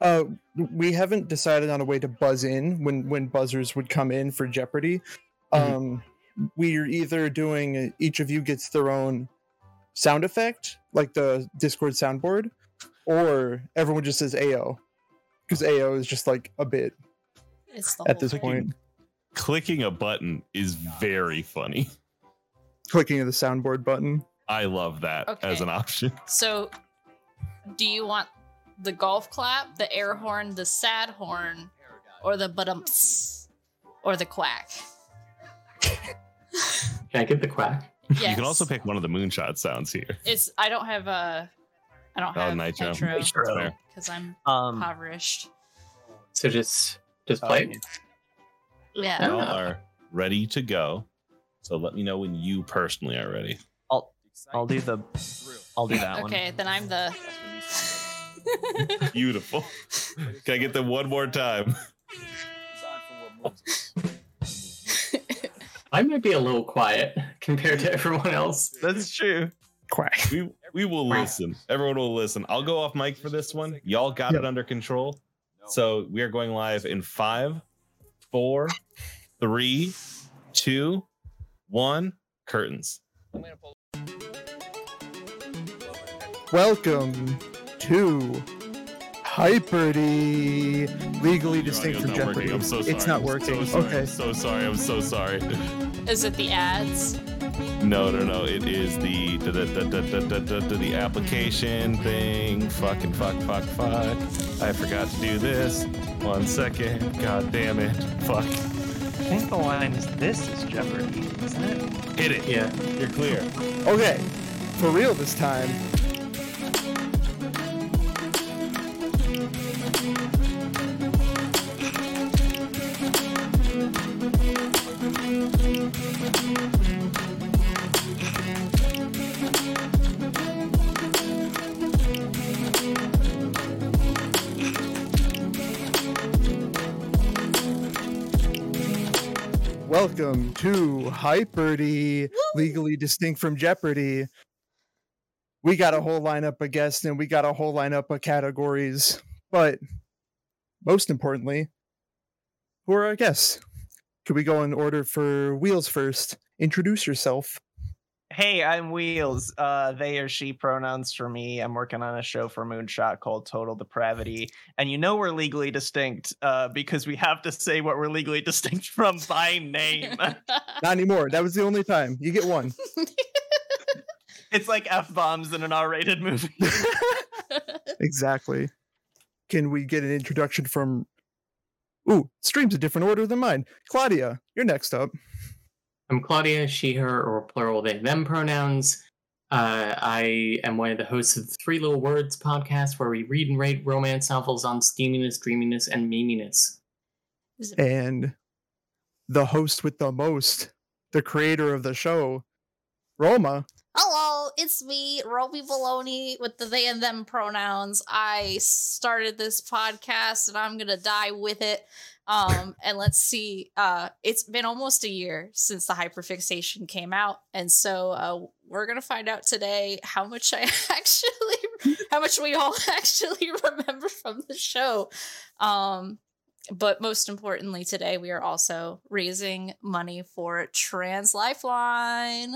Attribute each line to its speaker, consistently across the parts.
Speaker 1: Uh, we haven't decided on a way to buzz in when when buzzers would come in for Jeopardy.
Speaker 2: Mhm.
Speaker 1: Um, we're either doing each of you gets their own sound effect, like the Discord soundboard, or everyone just says AO, because AO is just like a bit
Speaker 3: It's the
Speaker 1: at
Speaker 3: whole
Speaker 1: this
Speaker 3: thing.
Speaker 1: point.
Speaker 2: Clicking a button is very funny.
Speaker 1: Clicking the soundboard button.
Speaker 2: I love that as
Speaker 3: Okay.
Speaker 2: an option.
Speaker 3: So, do you want the golf clap, the air horn, the sad horn, or the badumps, or the quack?
Speaker 4: Can I get the quack?
Speaker 3: Yes.
Speaker 2: You can also pick one of the moonshot sounds here.
Speaker 3: It's I don't have a I don't
Speaker 2: Oh,
Speaker 3: have
Speaker 2: nitro.
Speaker 3: nitro
Speaker 2: That's fair.
Speaker 3: because I'm
Speaker 5: Um,
Speaker 3: impoverished.
Speaker 4: So just just play it.
Speaker 3: Yeah.
Speaker 2: Y'all
Speaker 4: Ah.
Speaker 2: are ready to go. So let me know when you personally are ready.
Speaker 5: I'll do the. I'll do that one.
Speaker 3: Okay, then I'm the.
Speaker 2: Beautiful. Can I get them one more time?
Speaker 4: I might be a little quiet compared to everyone else.
Speaker 2: That's true.
Speaker 1: Quack.
Speaker 2: We we will listen. Everyone will listen. I'll go off mic for this one. Y'all got it under control. So we are going live in five, four, three, two, one. Curtains.
Speaker 1: Welcome to Hyperdy, legally distinct from Jeopardy. It's not working. okay.
Speaker 2: so sorry. I'm so sorry.
Speaker 3: Is it the ads?
Speaker 2: No, no, no. It is the the, the, the, the, the, the, the, the application thing. Fucking fuck, fuck, fuck. I forgot to do this. One second. God damn it. Fuck.
Speaker 5: I think the line is this is Jeopardy, isn't it?
Speaker 2: Hit it.
Speaker 4: Yeah.
Speaker 2: You're clear.
Speaker 1: Okay, for real this time. Welcome to Hyperdy, legally distinct from Jeopardy. We got a whole lineup of guests and we got a whole lineup of categories. But most importantly, who are our guests? Could we go in order for Wheels first? Introduce yourself.
Speaker 5: Hey, I'm Wheels. Uh, they or she pronouns for me. I'm working on a show for Moonshot called Total Depravity, and you know we're legally distinct uh, because we have to say what we're legally distinct from by name.
Speaker 1: Not anymore. That was the only time. You get one.
Speaker 5: it's like f bombs in an R-rated movie.
Speaker 1: Exactly. Can we get an introduction from. Ooh, stream's a different order than mine. Claudia, you're next up.
Speaker 4: I'm Claudia, she, her, or plural they, them pronouns. Uh, I am one of the hosts of the Three Little Words podcast, where we read and rate romance novels on steaminess, dreaminess, and meaminess.
Speaker 3: Is it-
Speaker 1: and the host with the most, the creator of the show, Roma.
Speaker 3: Hello, it's me, Roby Baloney, with the they and them pronouns. I started this podcast and I'm gonna die with it. Um, and let's see. Uh, it's been almost a year since the hyperfixation came out, and so uh, we're gonna find out today how much I actually, how much we all actually remember from the show. Um, but most importantly, today we are also raising money for Trans Lifeline.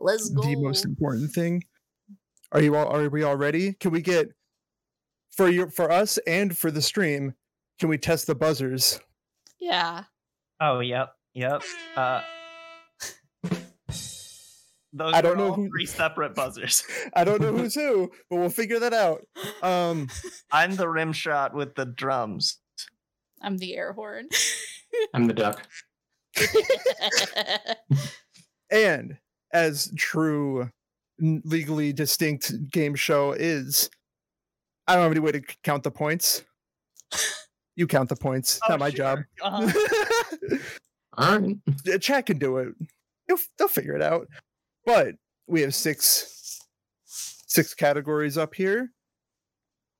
Speaker 3: Let's go.
Speaker 1: The most important thing. Are you all? Are we all ready? Can we get for your for us and for the stream? Can we test the buzzers?
Speaker 3: yeah.
Speaker 5: Oh, yep, yep. Uh, those
Speaker 1: I
Speaker 5: are
Speaker 1: don't know
Speaker 5: all
Speaker 1: who-
Speaker 5: three separate buzzers.
Speaker 1: I don't know who's who, but we'll figure that out. Um,
Speaker 5: I'm the rim shot with the drums.
Speaker 3: I'm the air horn.
Speaker 4: I'm the duck.
Speaker 1: and as true, n- legally distinct game show is, I don't have any way to c- count the points. You count the points.
Speaker 5: Oh,
Speaker 1: Not my
Speaker 5: sure.
Speaker 1: job.
Speaker 5: Uh-huh.
Speaker 4: All right.
Speaker 1: the chat can do it. They'll, they'll figure it out. But we have six six categories up here,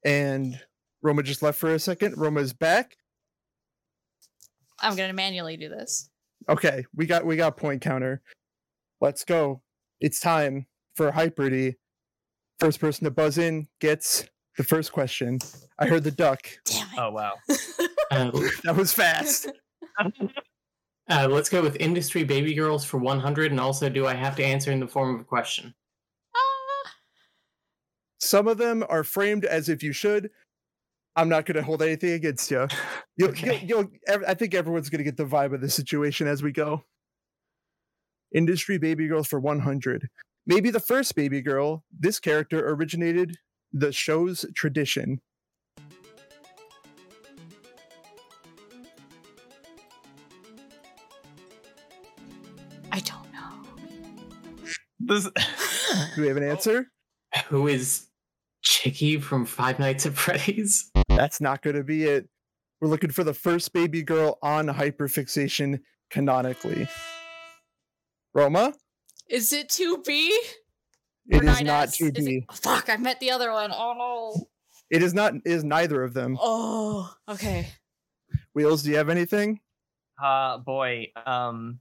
Speaker 1: and Roma just left for a second. Roma's back.
Speaker 3: I'm gonna manually do this.
Speaker 1: Okay, we got we got point counter. Let's go. It's time for Hyperdy. First person to buzz in gets The first question. I heard the duck.
Speaker 3: Damn it.
Speaker 5: Oh wow.
Speaker 4: Uh,
Speaker 1: That was fast.
Speaker 4: uh, let's go with industry baby girls for 100. And also, do I have to answer in the form of a question?
Speaker 3: Ah,
Speaker 1: Some of them are framed as if you should. I'm not going to hold anything against you. You'll,
Speaker 4: Okay.
Speaker 1: you'll, you'll, ev- I think everyone's going to get the vibe of the situation as we go. Industry baby girls for 100. Maybe the first baby girl, this character originated the show's tradition.
Speaker 3: I don't know.
Speaker 5: This
Speaker 1: Do we have an answer?
Speaker 4: Who is Chicky from Five Nights at Freddy's?
Speaker 1: That's not going to be it. We're looking for the first baby girl on hyperfixation canonically. Roma?
Speaker 3: Is it 2B?
Speaker 1: It
Speaker 3: Or
Speaker 1: is not
Speaker 3: 9S? Is
Speaker 1: 2B.
Speaker 3: it- fuck, I met the other one. Oh
Speaker 1: It is not is neither of them.
Speaker 3: no. Oh, okay.
Speaker 1: Wheels, do you have anything?
Speaker 5: uh boy. Um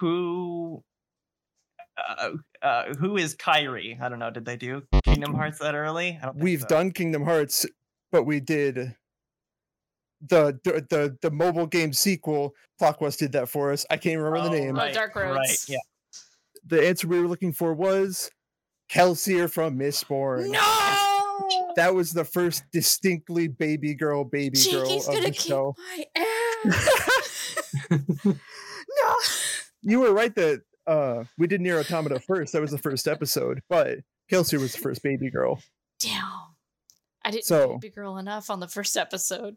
Speaker 5: who uh, uh, who is Kyrie? I don't know. Did they do Kingdom Hearts that early? I don't think
Speaker 1: We've
Speaker 5: so.
Speaker 1: done Kingdom Hearts, but we did the the the, the mobile game sequel. Clockwest did that for us. I can't remember
Speaker 5: Oh,
Speaker 1: the name.
Speaker 5: right.
Speaker 3: oh, Dark Roads.
Speaker 5: right, yeah.
Speaker 1: The answer we were looking for was Kelsier from Mistborn.
Speaker 3: No!
Speaker 1: That was the first distinctly baby girl, baby girl
Speaker 3: Cheeky's
Speaker 1: of
Speaker 3: gonna
Speaker 1: the
Speaker 3: kick
Speaker 1: show.
Speaker 3: my ass. no.
Speaker 1: You were right that uh, we did Near Automata first. That was the first episode, but Kelsier was the first baby girl.
Speaker 3: Damn. I didn't
Speaker 1: So-
Speaker 3: know Big Girl enough on the first episode.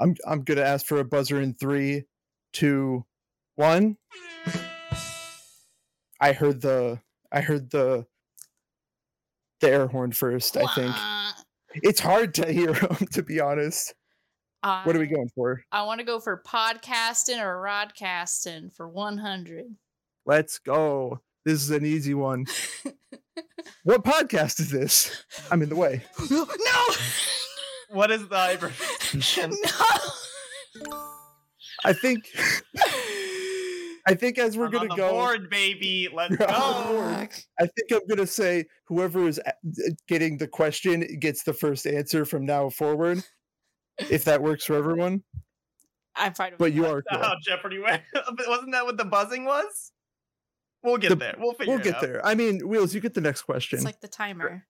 Speaker 1: I'm I'm gonna ask for a buzzer in three, two, one. I heard the I heard the the air horn first. I think it's hard to hear 'em, to be honest.
Speaker 3: I,
Speaker 1: What are we going for?
Speaker 3: I want to go for podcasting or rodcasting for 100.
Speaker 1: Let's go. This is an easy one. What podcast is this? I'm in the way.
Speaker 3: no!
Speaker 5: What is the hyper?
Speaker 1: I think
Speaker 3: no!
Speaker 1: I think as we're
Speaker 5: I'm
Speaker 1: gonna
Speaker 5: on the
Speaker 1: go,
Speaker 5: board, baby. Let's
Speaker 1: You're on
Speaker 5: go.
Speaker 1: the board. I think I'm gonna say whoever is a- getting the question gets the first answer from now forward, if that works for everyone.
Speaker 3: I'm fine with
Speaker 1: But you
Speaker 3: that.
Speaker 1: are
Speaker 5: That's not
Speaker 1: correct.
Speaker 5: how Oh, Jeopardy went. But Wasn't that what the buzzing was? We'll get
Speaker 1: The-
Speaker 5: there. We'll figure
Speaker 1: We'll
Speaker 5: it
Speaker 1: get
Speaker 5: out.
Speaker 1: there. I mean, Wheels, you get the next question.
Speaker 3: It's like the timer.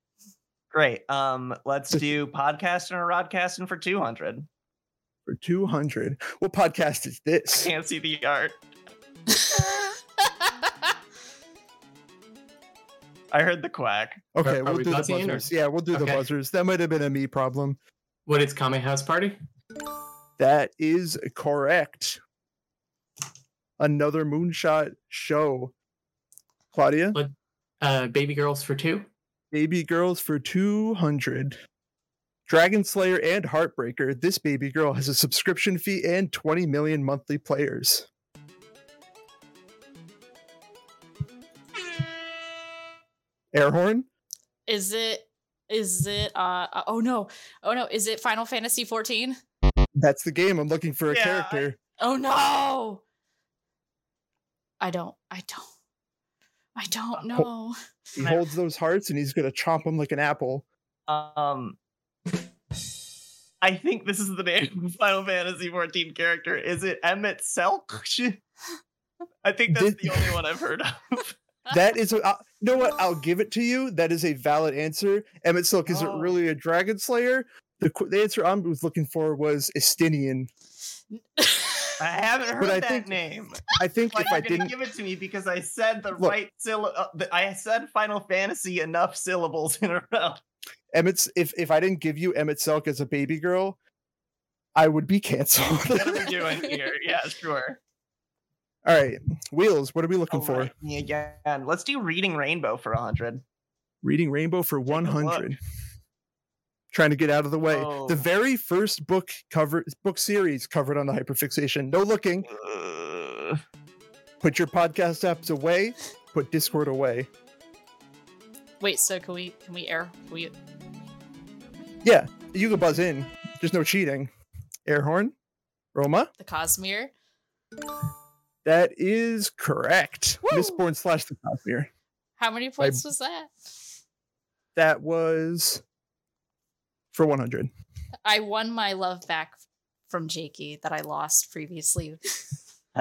Speaker 5: Great. Um, let's
Speaker 1: Just-
Speaker 5: do podcasting or rodcasting for 200.
Speaker 1: for 200. What podcast is
Speaker 5: I
Speaker 1: this?
Speaker 5: can't see the art. I heard the quack.
Speaker 1: Okay,
Speaker 4: are
Speaker 1: we'll
Speaker 4: we
Speaker 1: do the
Speaker 4: buzzing in or-
Speaker 1: buzzers. Yeah, we'll do the
Speaker 4: Okay.
Speaker 1: buzzers. That might have been a me problem.
Speaker 4: What is Kame House Party?
Speaker 1: That is correct. Another moonshot show. Claudia,
Speaker 4: But- Uh, baby girls for two.
Speaker 1: baby girls for 200. Dragon Slayer and Heartbreaker. This baby girl has a subscription fee and 20 million monthly players. Airhorn?
Speaker 3: Is it? Is it? Uh, uh, oh no! Oh no! Is it Final Fantasy 14?
Speaker 1: That's the game. I'm looking for a
Speaker 5: Yeah, I-
Speaker 1: character.
Speaker 3: Oh no! I don't. I don't. I don't
Speaker 1: Oh,
Speaker 3: know.
Speaker 1: He holds those hearts and he's gonna chomp them like an apple.
Speaker 5: Um, I think this is the name of Final Fantasy 14 character. Is it Emmett Selk? I think that's
Speaker 1: Did-
Speaker 5: the only one I've heard of.
Speaker 1: That is, a, uh, you know what? I'll give it to you. That is a valid answer. Emmett Silk isn't
Speaker 5: Oh.
Speaker 1: really a dragon slayer. The, qu- the answer I was looking for was Estinian.
Speaker 5: I haven't heard
Speaker 1: I
Speaker 5: that
Speaker 1: think-
Speaker 5: name.
Speaker 1: I think
Speaker 5: But
Speaker 1: if I
Speaker 5: you're gonna
Speaker 1: didn't,
Speaker 5: give it to me because I said the
Speaker 1: Look.
Speaker 5: right syllable. Uh, the- I said Final Fantasy enough syllables in a row.
Speaker 1: Emmett's if if I didn't give you Emmett Silk as a baby girl, I would be canceled.
Speaker 5: What are we doing here? Yeah, sure.
Speaker 1: All right, wheels. What are we looking
Speaker 5: All
Speaker 1: for?
Speaker 5: right, Me again. Let's do Reading Rainbow for 100.
Speaker 1: Reading Rainbow for
Speaker 5: a look.
Speaker 1: 100. Trying to get out of the way.
Speaker 5: Whoa.
Speaker 1: The very first book cover book series covered on the hyperfixation. No looking.
Speaker 5: Ugh.
Speaker 1: Put your podcast apps away. Put Discord away.
Speaker 3: Wait. So can we? Can we air? We
Speaker 1: Yeah, you can buzz in. There's no cheating. Airhorn, Roma.
Speaker 3: the Cosmere.
Speaker 1: That is correct.
Speaker 3: Woo!
Speaker 1: Mistborn slash the Cosmere.
Speaker 3: How many points was that?
Speaker 1: That was for 100.
Speaker 3: I won my love back from Jakey that I lost previously.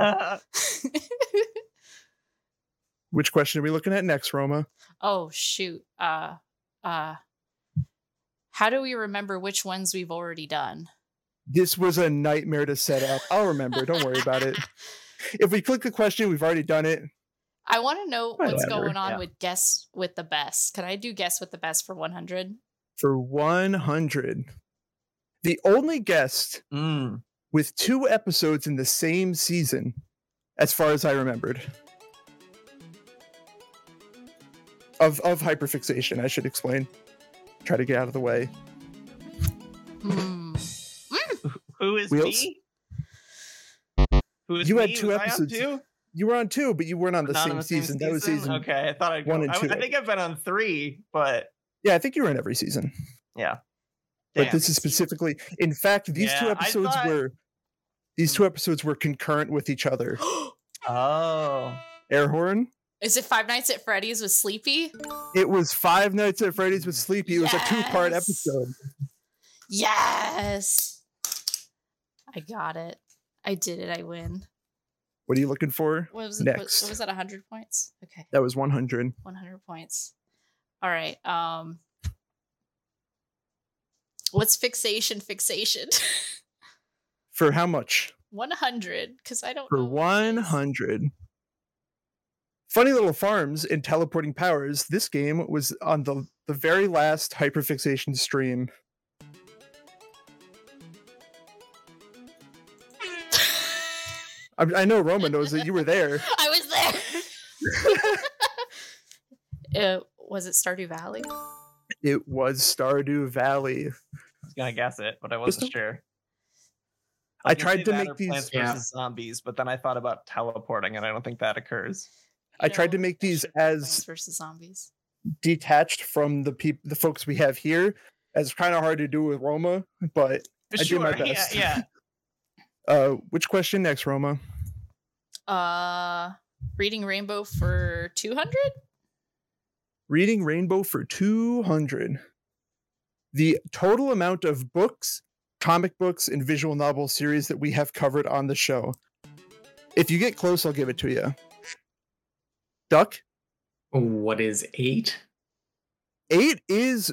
Speaker 1: Which question are we looking at next, Roma?
Speaker 3: oh shoot. Uh uh how do we remember which ones we've already done?
Speaker 1: This was a nightmare to set up. I'll remember. Don't worry about it. If we click the question, we've already done it.
Speaker 3: I want to know what's
Speaker 1: Whatever,
Speaker 3: going on
Speaker 5: yeah.
Speaker 3: with guess with the best. Can I do guess with the best for 100?
Speaker 1: for 100. The only guest
Speaker 5: Mm.
Speaker 1: with two episodes in the same season, as far as I remembered. Of, of hyperfixation, I should explain. Try to get out of the way.
Speaker 3: Hmm.
Speaker 5: Who is
Speaker 1: Wheels?
Speaker 5: me? Who
Speaker 1: You had
Speaker 5: me?
Speaker 1: two
Speaker 5: Was I on
Speaker 1: episodes.
Speaker 5: two?
Speaker 1: You were on two, but you weren't on the,
Speaker 5: Not
Speaker 1: same,
Speaker 5: on
Speaker 1: season. That was season.
Speaker 5: Okay, I thought I'd go.
Speaker 1: one and
Speaker 5: I,
Speaker 1: two.
Speaker 5: I think I've been on three, but
Speaker 1: Yeah, I think you were in every season. But
Speaker 5: damn.
Speaker 1: this is specifically, in fact, these two
Speaker 5: Yeah, I
Speaker 1: episodes
Speaker 5: thought-
Speaker 1: were these two episodes were concurrent with each other.
Speaker 5: oh,
Speaker 1: Air horn.
Speaker 3: Is it Five Nights at Freddy's with Sleepy?
Speaker 1: It was Five Nights at Freddy's with Sleepy. It was a two-part
Speaker 3: Yes.
Speaker 1: episode.
Speaker 3: Yes. I got it. I did it. I win.
Speaker 1: What are you looking for?
Speaker 3: What was it? What,
Speaker 1: Next.
Speaker 3: what was that 100 points? Okay.
Speaker 1: That was 100.
Speaker 3: 100 points. All right. Um What's fixation fixation?
Speaker 1: For how much?
Speaker 3: 100 cuz I don't
Speaker 1: For
Speaker 3: know what it is.
Speaker 1: 100. Funny Little Farms and Teleporting Powers. This game was on the, the very last hyperfixation stream. I, I know Roma knows that you were there.
Speaker 3: I was there. uh, was it Stardew Valley?
Speaker 1: It was Stardew Valley.
Speaker 5: I was gonna guess it, but I wasn't
Speaker 1: Crystal?
Speaker 5: sure.
Speaker 1: I
Speaker 5: was gonna
Speaker 1: tried
Speaker 5: say
Speaker 1: to
Speaker 5: that
Speaker 1: make
Speaker 5: or
Speaker 1: these-
Speaker 5: Plants
Speaker 4: Yeah.
Speaker 5: versus Zombies, but then I thought about teleporting, and I don't think that occurs.
Speaker 1: I tried to
Speaker 3: No,
Speaker 1: make
Speaker 3: that
Speaker 1: these
Speaker 3: should be
Speaker 1: as-
Speaker 3: Plants versus zombies.
Speaker 1: Detached from the peop- the folks we have here. It's kind of hard to do with Roma, but I did my best.
Speaker 5: Yeah, yeah.
Speaker 1: uh, which question next, Roma?
Speaker 3: Uh, Reading Rainbow for 200?
Speaker 1: Reading Rainbow for 200. The total amount of books, comic books, and visual novel series that we have covered on the show. If you get close, I'll give it to you. Duck,
Speaker 4: What is eight?
Speaker 1: eight is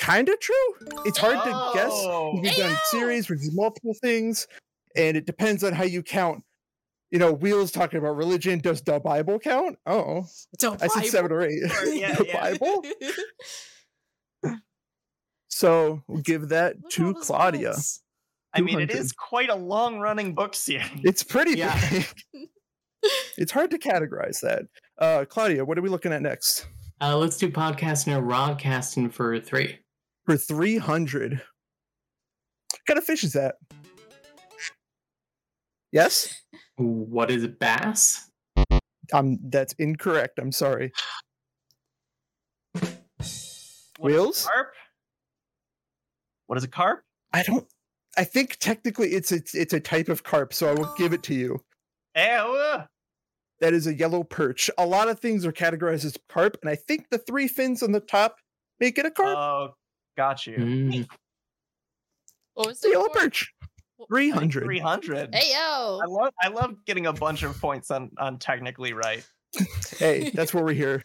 Speaker 1: kind of true. It's hard to guess.
Speaker 5: Oh.
Speaker 1: We've done
Speaker 3: Ayo!
Speaker 1: series, we've done multiple things, and it depends on how you count. You know, Wheels talking about religion. Does the Bible count? Oh, I said seven or eight.
Speaker 5: Or- yeah,
Speaker 1: the
Speaker 5: yeah.
Speaker 1: Bible? So we'll give that
Speaker 3: Look at
Speaker 1: to
Speaker 3: all those
Speaker 1: Claudia.
Speaker 3: books.
Speaker 5: I mean, it
Speaker 1: 200.
Speaker 5: is quite a long-running book series.
Speaker 1: It's pretty
Speaker 4: Yeah.
Speaker 1: big. it's hard to categorize that. Uh, Claudia, what are we looking at next?
Speaker 4: Uh, let's do podcasting or rodcasting for three.
Speaker 1: For 300. What kind of fish is that? Yes?
Speaker 4: What is bass?
Speaker 1: Um, that's incorrect. I'm sorry.
Speaker 5: What is a
Speaker 1: Wheels?
Speaker 5: Carp. What is a carp?
Speaker 1: I don't. I think technically it's it's it's a type of carp, so I will give it to you.
Speaker 5: Ew.
Speaker 1: That is a yellow perch. A lot of things are categorized as carp, and I think the three fins on the top make it a carp.
Speaker 5: Oh, got you.
Speaker 4: Mm.
Speaker 3: What was
Speaker 1: It's a
Speaker 3: it
Speaker 1: yellow
Speaker 3: for?
Speaker 1: perch. 300.
Speaker 5: Three hundred.
Speaker 3: Hey,
Speaker 5: I
Speaker 3: yo.
Speaker 5: love I love getting a bunch of points on on technically right.
Speaker 1: hey, that's where we're here.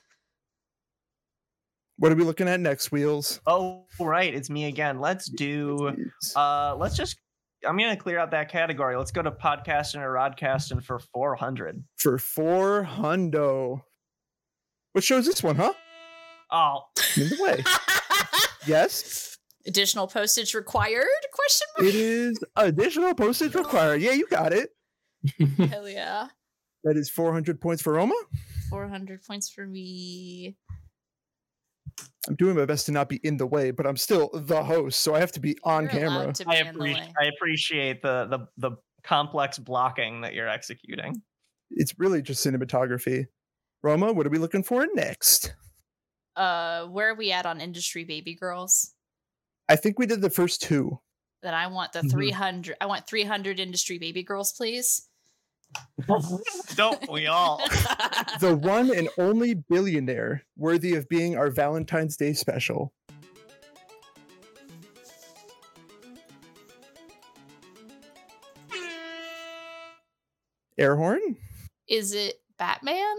Speaker 1: What are we looking at next, Wheels?
Speaker 5: Oh right, it's me again. Let's do uh let's just I'm gonna clear out that category. Let's go to podcasting or rodcasting for four hundred.
Speaker 1: For four hundo. What show is this one, huh?
Speaker 5: Oh
Speaker 1: In the way. Yes,
Speaker 3: Additional postage required? Question mark.
Speaker 1: it is additional postage required. Yeah, you got it.
Speaker 3: Hell yeah.
Speaker 1: That is 400 points for Roma.
Speaker 3: 400 points for me.
Speaker 1: I'm doing my best to not be in the way, but I'm still the host, so I have to be on
Speaker 3: You're allowed
Speaker 1: camera.
Speaker 3: to be
Speaker 5: I
Speaker 3: in the
Speaker 5: appreciate
Speaker 3: way.
Speaker 5: I appreciate the the the complex blocking that you're executing.
Speaker 1: It's really just cinematography. Roma, what are we looking for next?
Speaker 3: Uh, where are we at on industry baby girls?
Speaker 1: I think we did the first two.
Speaker 5: Mm-hmm.
Speaker 3: Then I want the
Speaker 1: Mhm.
Speaker 3: 300. I want 300 industry baby girls, please.
Speaker 5: Don't Oh, we all?
Speaker 1: the one and only billionaire worthy of being our Valentine's Day special. Air horn?
Speaker 3: Is it Batman?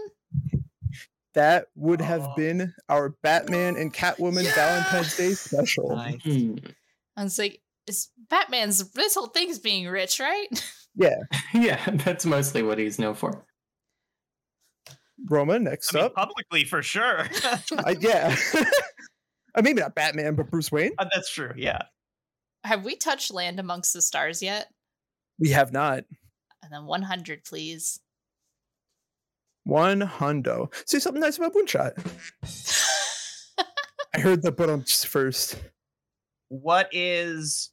Speaker 1: That would
Speaker 5: Oh.
Speaker 1: have been our Batman and Catwoman
Speaker 3: Yeah!
Speaker 1: Valentine's Day special.
Speaker 5: Nice.
Speaker 4: Hmm.
Speaker 3: I was like, it's Batman's this whole thing's being rich, right?
Speaker 4: yeah, that's mostly what he's known for.
Speaker 1: Roma, next
Speaker 5: I mean,
Speaker 1: up.
Speaker 5: publicly for sure.
Speaker 1: I, yeah. I maybe not Batman, but Bruce Wayne.
Speaker 5: Uh, That's true. Yeah.
Speaker 3: Have we touched land amongst the stars yet?
Speaker 1: We have not.
Speaker 3: And then 100, please.
Speaker 1: One hundo. Say something nice about Moonshot. I heard the bumps first.
Speaker 5: What is?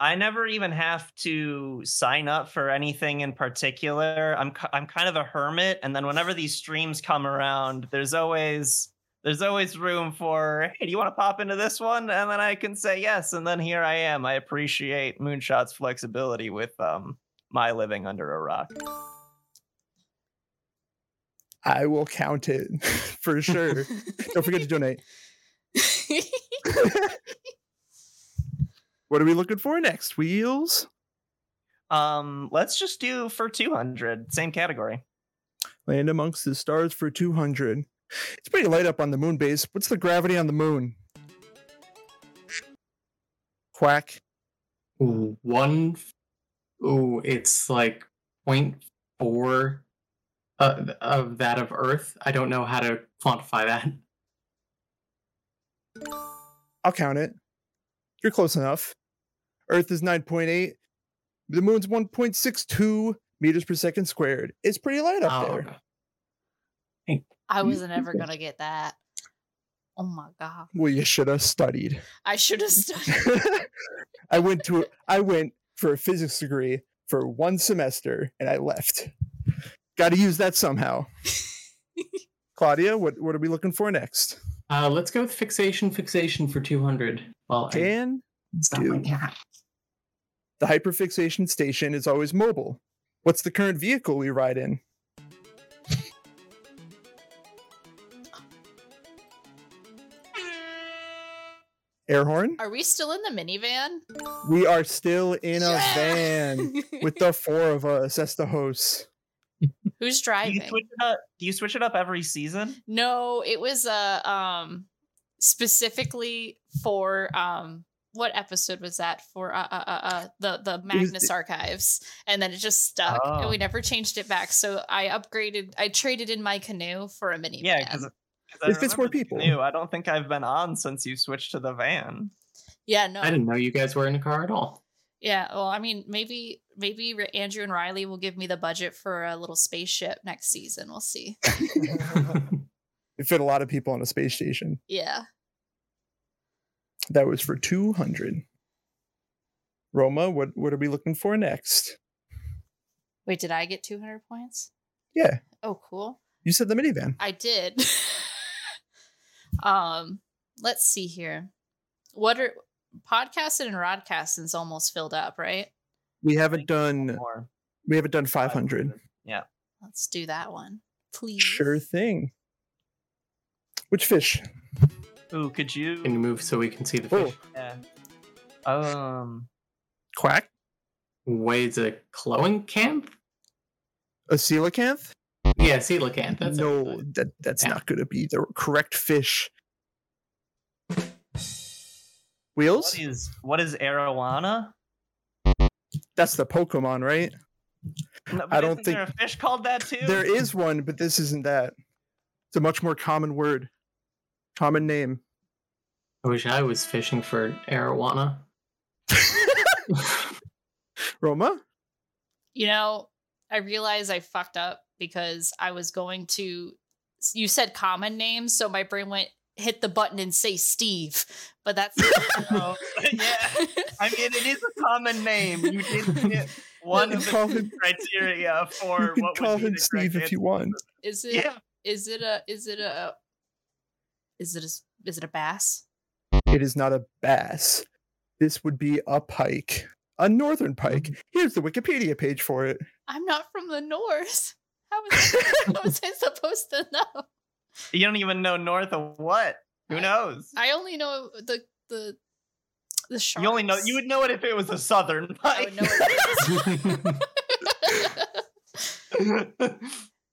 Speaker 5: I never even have to sign up for anything in particular. I'm ki- I'm kind of a hermit, and then whenever these streams come around, there's always there's always room for hey, do you want to pop into this one? And then I can say yes, and then here I am. I appreciate Moonshot's flexibility with um my living under a rock.
Speaker 1: I will count it for sure. Don't forget to donate. What are we looking for next? Wheels?
Speaker 5: Um, let's just do for 200, same category.
Speaker 1: Land amongst the stars for 200. It's pretty light up on the moon base. What's the gravity on the moon? Quack.
Speaker 4: One, oh, it's like 0.4 uh, of that of Earth. I don't know how to quantify that.
Speaker 1: I'll count it. You're close enough. Earth is 9.8. The moon's 1.62 meters per second squared. It's pretty light up
Speaker 4: Oh,
Speaker 1: there.
Speaker 4: okay.
Speaker 3: I
Speaker 1: Mm,
Speaker 3: wasn't ever going to get that. Oh my God.
Speaker 1: Well, you should have studied.
Speaker 3: I should have studied.
Speaker 1: I went to I went for a physics degree for one semester and I left. Got to use that somehow. Claudia, what what are we looking for next?
Speaker 4: Uh, let's go with fixation, fixation for 200. Well, I-
Speaker 1: Dan,
Speaker 4: it's not
Speaker 1: do.
Speaker 4: like that.
Speaker 1: the hyperfixation station is always mobile. What's the current vehicle we ride in? Air horn.
Speaker 3: Are we still in the minivan?
Speaker 1: We are still in a
Speaker 3: Yeah!
Speaker 1: van with the four of us. That's the host.
Speaker 3: Who's
Speaker 5: Do you
Speaker 3: driving?
Speaker 5: switch it up? Do you switch it up every season?
Speaker 3: No, it was uh, um specifically for um what episode was that for uh uh uh, uh the the Magnus archives and then it just stuck and
Speaker 5: Oh.
Speaker 3: we never changed it back so I upgraded I traded in my canoe for a minivan.
Speaker 5: Yeah, because
Speaker 1: It fits more people.
Speaker 5: New. I don't think I've been on since you switched to the van.
Speaker 3: yeah,
Speaker 4: I
Speaker 3: no.
Speaker 4: didn't know you guys were in a car at all.
Speaker 3: Yeah, well I mean maybe maybe Ra- Andrew and Riley will give me the budget for a little spaceship next season. We'll see.
Speaker 1: It fit a lot of people on a space station.
Speaker 3: Yeah.
Speaker 1: That was for 200. Roma, what, what are we looking for next?
Speaker 3: Wait, did I get 200 points?
Speaker 1: Yeah,
Speaker 3: Oh, cool.
Speaker 1: you said the minivan.
Speaker 3: I did. um, let's see here. What are podcasting and rodcasting's almost filled up, right?
Speaker 1: We haven't done
Speaker 5: More.
Speaker 1: we haven't done 500.
Speaker 3: Let's do that one, please.
Speaker 1: Sure thing. Which fish?
Speaker 5: Ooh, could you?
Speaker 4: Can you move so we can see the
Speaker 1: Oh.
Speaker 4: fish?
Speaker 5: Yeah. Um.
Speaker 1: Quack?
Speaker 4: Wait, it's a cloan camp?
Speaker 1: A coelacanth?
Speaker 4: Yeah, coelacanth. That's
Speaker 1: no,
Speaker 4: it.
Speaker 1: that that's
Speaker 4: Yeah.
Speaker 1: not going to be the correct fish. Wheels?
Speaker 5: What is what is arowana?
Speaker 1: That's the Pokemon, right?
Speaker 5: No, but
Speaker 1: I don't
Speaker 5: isn't there a fish called that too.
Speaker 1: There is one, but this isn't that. It's a much more common word, common name.
Speaker 4: I wish I was fishing for arowana.
Speaker 1: Roma?
Speaker 3: You know, I realize I fucked up because I was going to. You said common names, so my brain went hit the button and say Steve, but that's.
Speaker 5: Oh, yeah. I mean, it is a common name. You did get one
Speaker 1: You
Speaker 5: of
Speaker 1: can
Speaker 5: the
Speaker 1: call him,
Speaker 5: criteria for
Speaker 1: you can
Speaker 5: what
Speaker 1: call
Speaker 5: would be
Speaker 1: him
Speaker 5: the
Speaker 1: Steve
Speaker 5: correct
Speaker 1: if you
Speaker 5: answer.
Speaker 1: want.
Speaker 3: Is it? Is
Speaker 5: Yeah.
Speaker 3: it a? Is it a? Is it a? Is it a bass?
Speaker 1: It is not a bass. This would be a pike. a northern pike. Here's the Wikipedia page for it.
Speaker 3: I'm not from the north. How was I, how was I supposed to know?
Speaker 5: You don't even know north of what. Who
Speaker 3: I-
Speaker 5: knows?
Speaker 3: I only know the the the sharks.
Speaker 5: You only know you would know it if it was a southern
Speaker 3: I
Speaker 5: pike.
Speaker 3: would know it is.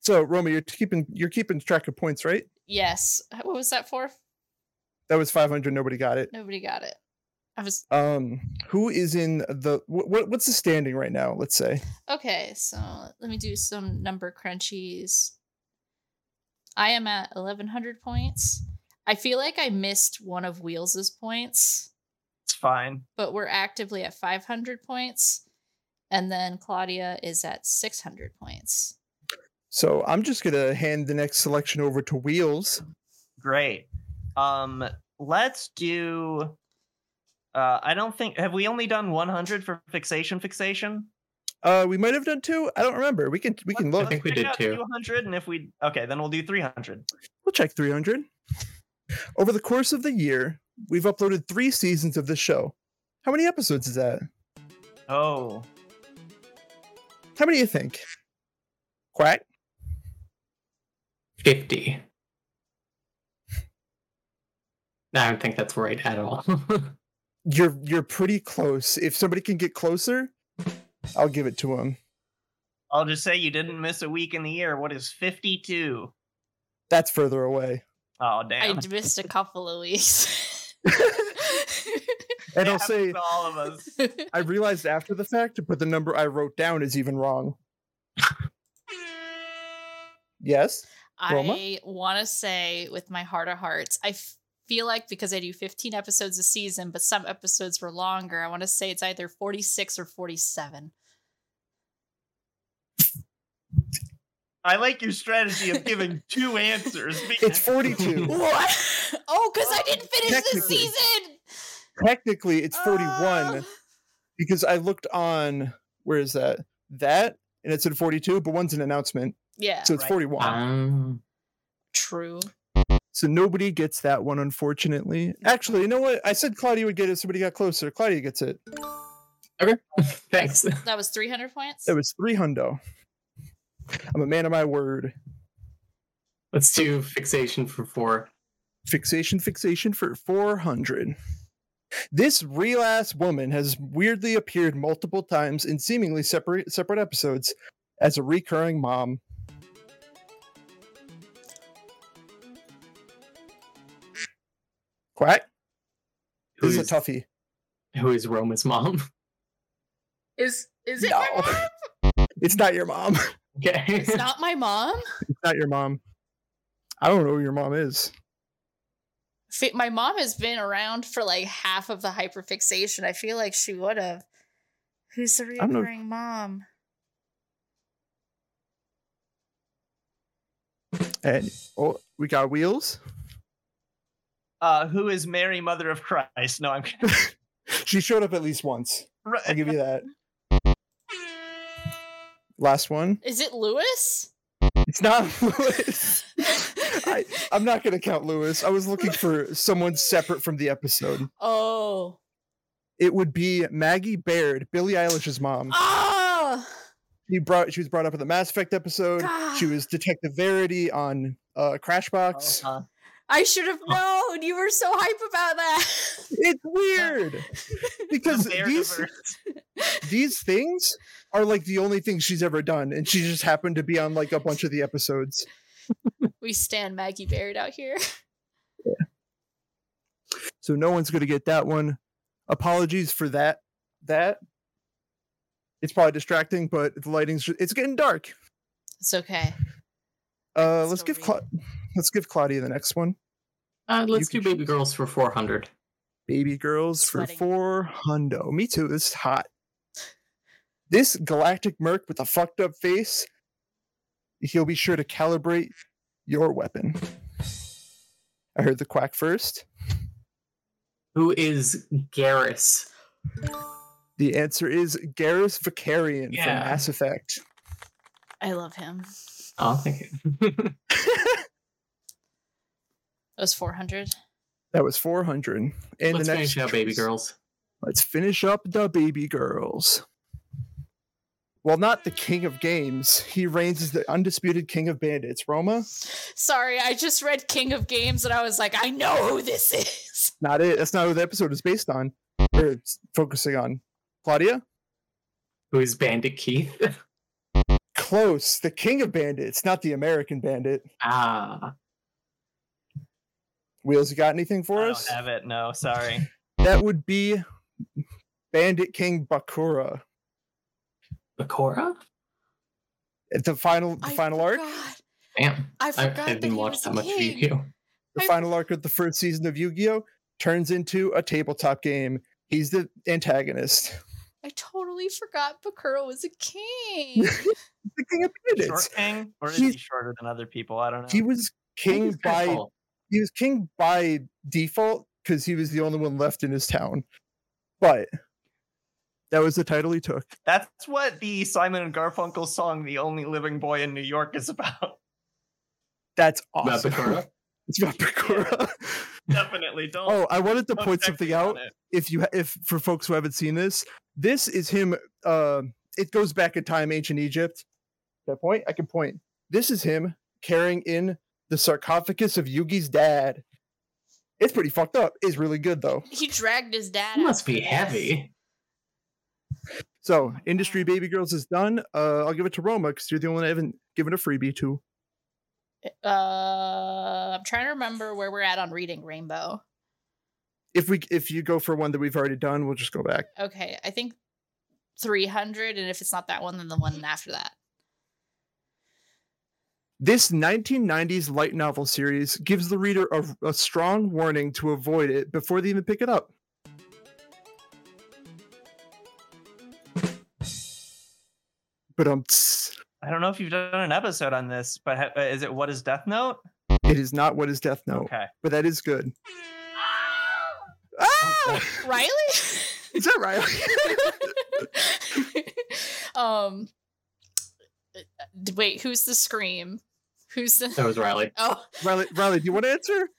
Speaker 1: So Roma, you're keeping you're keeping track of points, right?
Speaker 3: yes. What was that for?
Speaker 1: That was 500. Nobody got it.
Speaker 3: Nobody got it. I was
Speaker 1: Um, who is in the what? What's the standing right now? Let's say.
Speaker 3: okay. So let me do some number crunchies. I am at eleven hundred points. I feel like I missed one of Wheels' points.
Speaker 5: It's fine.
Speaker 3: but we're actively at 500 points. And then Claudia is at 600 points.
Speaker 1: So I'm just gonna hand the next selection over to Wheels.
Speaker 5: Great. Um, let's do. Uh, I don't think have we only done 100 for fixation fixation.
Speaker 1: Uh, we might have done two. I don't remember. We can we can
Speaker 5: Let's-
Speaker 1: look.
Speaker 4: think we
Speaker 5: let's
Speaker 4: did
Speaker 5: check out
Speaker 4: too.
Speaker 5: 200, and if we okay, then we'll do 300.
Speaker 1: We'll check 300. Over the course of the year, we've uploaded three seasons of this show. How many episodes is that?
Speaker 5: Oh,
Speaker 1: How many do you think? Quack.
Speaker 4: 50. No, I don't think that's right at all.
Speaker 1: You're you're pretty close. If somebody can get closer, I'll give it to them.
Speaker 5: I'll just say you didn't miss a week in the year. What is 52?
Speaker 1: That's further away.
Speaker 5: Oh damn!
Speaker 3: I d- missed a couple of weeks.
Speaker 1: And
Speaker 5: It
Speaker 1: I'll
Speaker 5: happens
Speaker 1: say
Speaker 5: to all of us.
Speaker 1: I realized after the fact, but the number I wrote down is even wrong. yes. Roma?
Speaker 3: I want to say with my heart of hearts, I f- feel like because I do 15 episodes a season, but some episodes were longer, I want to say it's either 46 or 47.
Speaker 5: I like your strategy of giving two answers.
Speaker 1: It's
Speaker 5: because-
Speaker 1: 42.
Speaker 3: What? Oh, because I didn't finish the
Speaker 1: Technically.
Speaker 3: season.
Speaker 1: Technically, it's 41
Speaker 3: Ah.
Speaker 1: because I looked on where is that? That and it said 42, but one's an announcement.
Speaker 3: yeah.
Speaker 1: So it's
Speaker 5: Right.
Speaker 1: 41.
Speaker 4: um,
Speaker 3: True.
Speaker 1: So nobody gets that one, unfortunately. Actually, you know what? I said Claudia would get it if somebody got closer. Claudia gets it.
Speaker 4: thanks.
Speaker 3: That was 300 points?
Speaker 1: It was three hundo. I'm a man of my word.
Speaker 4: Let's do fixation for four.
Speaker 1: Fixation, fixation for 400. This real ass woman has weirdly appeared multiple times in seemingly separate separate episodes as a recurring mom. Quack.
Speaker 4: Who
Speaker 1: This is
Speaker 4: is,
Speaker 1: a toughie.
Speaker 4: who is Roma's mom?
Speaker 3: Is is
Speaker 1: it my No. mom? It's not your mom.
Speaker 4: Okay.
Speaker 3: It's not my mom.
Speaker 1: It's not your mom. I don't know who your mom is.
Speaker 3: Fi- My mom has been around for like half of the hyperfixation. I feel like she would have. Who's the
Speaker 1: don't know.
Speaker 3: reoccurring mom?
Speaker 1: And oh, we got wheels.
Speaker 5: uh, who is Mary, Mother of Christ? No, I'm.
Speaker 1: She showed up at least once. I'll give you that. Last one.
Speaker 3: Is it Lewis?
Speaker 1: It's not Lewis. I, I'm not going to count Lewis. I was looking for someone separate from the episode.
Speaker 3: oh.
Speaker 1: It would be Maggie Baird, Billie Eilish's mom.
Speaker 3: Oh.
Speaker 1: She brought. She was brought up in the Mass Effect episode. She
Speaker 3: God.
Speaker 1: was Detective Verity on uh, Crashbox.
Speaker 5: Uh-huh.
Speaker 3: I should have known. You were so hype about that.
Speaker 1: It's weird because
Speaker 5: The bear
Speaker 1: these
Speaker 5: diverse.
Speaker 1: these things are like the only things she's ever done, and she just happened to be on like a bunch of the episodes.
Speaker 3: we stand Maggie Baird out here.
Speaker 1: So no one's gonna get that one. Apologies for that. That it's probably distracting, but the lighting's ju- it's getting dark.
Speaker 3: It's okay.
Speaker 1: Uh,
Speaker 3: It's
Speaker 1: let's
Speaker 3: still
Speaker 1: give
Speaker 3: reading.
Speaker 1: Cla- let's give Claudia the next one.
Speaker 4: uh, let's
Speaker 1: You
Speaker 4: do
Speaker 1: can
Speaker 4: baby girls for 400.
Speaker 1: Baby girls for
Speaker 3: Sweating.
Speaker 1: four hundo. Me too. This is hot. This galactic merc with a fucked up face. He'll be sure to calibrate your weapon. I heard the quack first.
Speaker 4: Who is Garrus?
Speaker 1: The answer is Garrus Vicarian
Speaker 4: Yeah.
Speaker 1: from Mass Effect.
Speaker 3: I love him.
Speaker 4: Oh, thank you.
Speaker 3: It was 400.
Speaker 1: That was 400. And
Speaker 4: let's
Speaker 1: the next
Speaker 4: finish out baby
Speaker 1: choice-
Speaker 4: girls.
Speaker 1: Let's finish up the baby girls. Well, not the king of games. He reigns as the undisputed king of bandits. Roma,
Speaker 3: Sorry, I just read King of Games and I was like, I know who this is.
Speaker 1: not it. That's not who the episode is based on. Or it's focusing on Claudia.
Speaker 4: Who is Bandit Keith?
Speaker 1: Close. The king of bandits, not the American bandit.
Speaker 4: ah,
Speaker 1: Wheels, you got anything for
Speaker 5: I
Speaker 1: us?
Speaker 5: don't have it. No, sorry.
Speaker 1: That would be Bandit King Bakura.
Speaker 4: Bakura?
Speaker 1: At The final, the
Speaker 3: I
Speaker 1: final arc.
Speaker 3: forgot.
Speaker 4: Damn.
Speaker 3: I
Speaker 4: I, I
Speaker 3: forgot that he
Speaker 4: didn't watch
Speaker 3: was
Speaker 4: that
Speaker 3: a
Speaker 4: much
Speaker 3: king.
Speaker 4: Yu-Gi-Oh.
Speaker 1: the
Speaker 3: I-
Speaker 1: final arc of the first season of Yu-Gi-Oh turns into a tabletop game. He's the antagonist.
Speaker 3: I totally forgot Bakura was a king.
Speaker 1: The king of
Speaker 5: Short
Speaker 1: bandits.
Speaker 5: king, or is
Speaker 1: He's-
Speaker 5: he shorter than other people? I don't know.
Speaker 1: He was king by he was king by default because he was the only one left in his town. But that was the title he took.
Speaker 5: That's what the Simon and Garfunkel song "The Only Living Boy in New York" is about.
Speaker 1: That's
Speaker 4: About
Speaker 1: awesome.
Speaker 4: Bakura.
Speaker 1: It's about Bakura.
Speaker 5: Definitely don't.
Speaker 1: Oh, I wanted to
Speaker 5: don't
Speaker 1: point
Speaker 5: check
Speaker 1: something
Speaker 5: me on
Speaker 1: out.
Speaker 5: it.
Speaker 1: if you ha- if for folks who haven't seen this, this is him. Uh, it goes back in time, ancient Egypt. That point, I can point. This is him carrying in the sarcophagus of Yugi's dad. It's pretty fucked up. It's really good though.
Speaker 3: he dragged his dad.
Speaker 4: He must
Speaker 3: after
Speaker 4: be
Speaker 3: this.
Speaker 4: heavy.
Speaker 1: So, industry baby girls is done. Uh, I'll give it to Roma because you're the only one I haven't given a freebie to.
Speaker 3: Uh, I'm trying to remember where we're at on reading Rainbow.
Speaker 1: If we if you go for one that we've already done, we'll just go back.
Speaker 3: Okay, I think 300, and if it's not that one, then the one after that.
Speaker 1: This 1990s light novel series gives the reader a, a strong warning to avoid it before they even pick it up. But um,
Speaker 5: I don't know if you've done an episode on this, but ha- uh, is it what is Death Note?
Speaker 1: it is not what is Death Note,
Speaker 5: Okay.
Speaker 1: but that is good. Ah!
Speaker 3: Riley?
Speaker 1: Is that right?
Speaker 3: um, d- wait, who's the scream? Who's the?
Speaker 4: That was Riley.
Speaker 3: Oh,
Speaker 1: Riley, Riley, do you want to answer?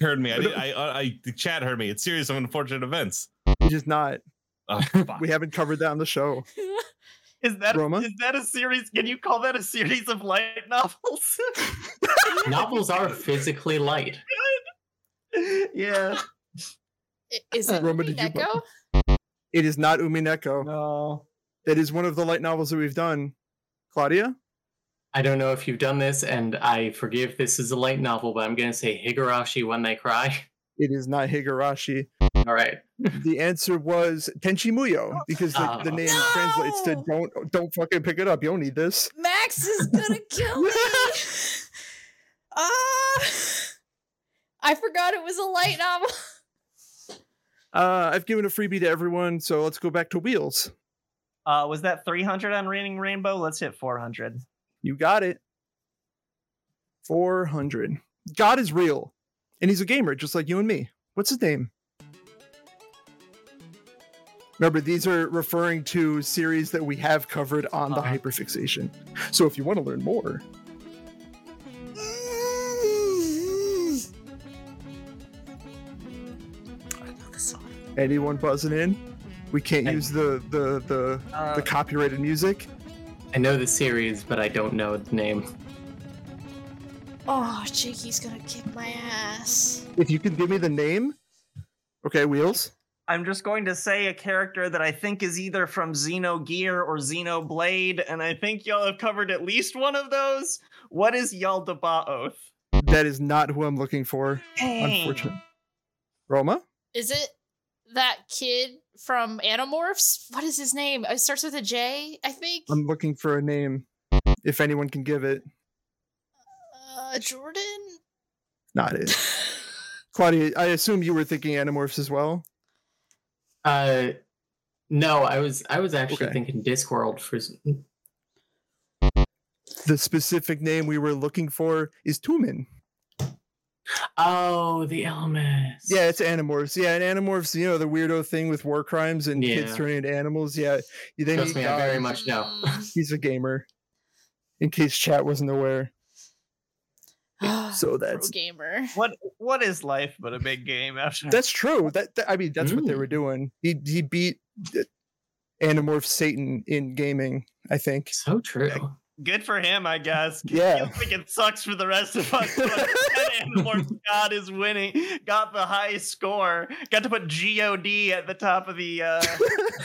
Speaker 2: Heard me. I, did, I, uh, I, I the chat heard me. It's series of unfortunate events.
Speaker 1: It is not.
Speaker 2: Oh, fuck.
Speaker 1: We haven't covered that on the show.
Speaker 5: Is that
Speaker 1: Roma?
Speaker 5: is that a series? Can you call that a series of light novels?
Speaker 4: Novels are physically light.
Speaker 5: yeah.
Speaker 3: i- is it
Speaker 1: Roma,
Speaker 3: Roma,
Speaker 1: did you vote? It is not Umineko.
Speaker 5: No.
Speaker 1: That is one of the light novels that we've done. Claudia?
Speaker 4: I don't know if you've done this, and I forgive this is a light novel, but I'm going to say Higurashi When They Cry.
Speaker 1: It is not Higurashi.
Speaker 4: All right.
Speaker 1: The answer was Tenchi Muyo because the, the
Speaker 4: Oh.
Speaker 1: name translates to
Speaker 3: No!
Speaker 1: "don't don't fucking pick it up. You don't need this."
Speaker 3: Max is gonna kill me. Ah, I forgot it was a light novel.
Speaker 1: Uh, I've given a freebie to everyone, so let's go back to Wheels.
Speaker 5: Uh, was that 300 on Reading Rainbow? Let's hit 400.
Speaker 1: You got it. Four hundred. God is real, and he's a gamer just like you and me. What's his name? Remember, these are referring to series that we have covered on the
Speaker 5: Uh-huh.
Speaker 1: hyperfixation. So if you want to learn more, anyone buzzing in, we can't
Speaker 5: Hey.
Speaker 1: use the the the,
Speaker 5: Uh,
Speaker 1: the copyrighted music.
Speaker 4: I know the series, but I don't know the name.
Speaker 3: Oh, Jakey's gonna kick my ass.
Speaker 1: If you can give me the name, okay, Wheels.
Speaker 5: I'm just going to say a character that I think is either from Xeno Gear or Xeno Blade, and I think y'all have covered at least one of those. What is Yaldabaoth?
Speaker 1: That is not who I'm looking for,
Speaker 5: Dang.
Speaker 1: unfortunately. Roma?
Speaker 3: Is it that kid from Animorphs? What is his name? It starts with a J, I think.
Speaker 1: I'm looking for a name. If anyone can give it,
Speaker 3: uh, Jordan.
Speaker 1: not it. Claudia, I assume you were thinking Animorphs as well.
Speaker 4: Uh, no, I was I was actually
Speaker 1: Okay.
Speaker 4: thinking Discworld for. s-
Speaker 1: The specific name we were looking for is Tumen.
Speaker 4: Oh, the Elements.
Speaker 1: Yeah, it's Animorphs. Yeah, and Animorphs, you know, the weirdo thing with war crimes and kids
Speaker 4: Yeah.
Speaker 1: turning into animals. Yeah, you think
Speaker 4: Trust me, I very much know.
Speaker 3: Mm.
Speaker 1: he's a gamer, in case chat wasn't aware. So that's
Speaker 3: Hmm. gamer.
Speaker 5: What what is life but a big game after
Speaker 1: that's true. That, that- I mean, that's what they
Speaker 4: Ooh.
Speaker 1: were doing. He he beat uh, Animorph Satan in gaming. I think.
Speaker 4: So true.
Speaker 5: good for him, I guess.
Speaker 1: Yeah.
Speaker 5: Feels like it sucks for the rest of us. but that Animorphs God is winning. Got the high score. Got to put God at the top of the uh,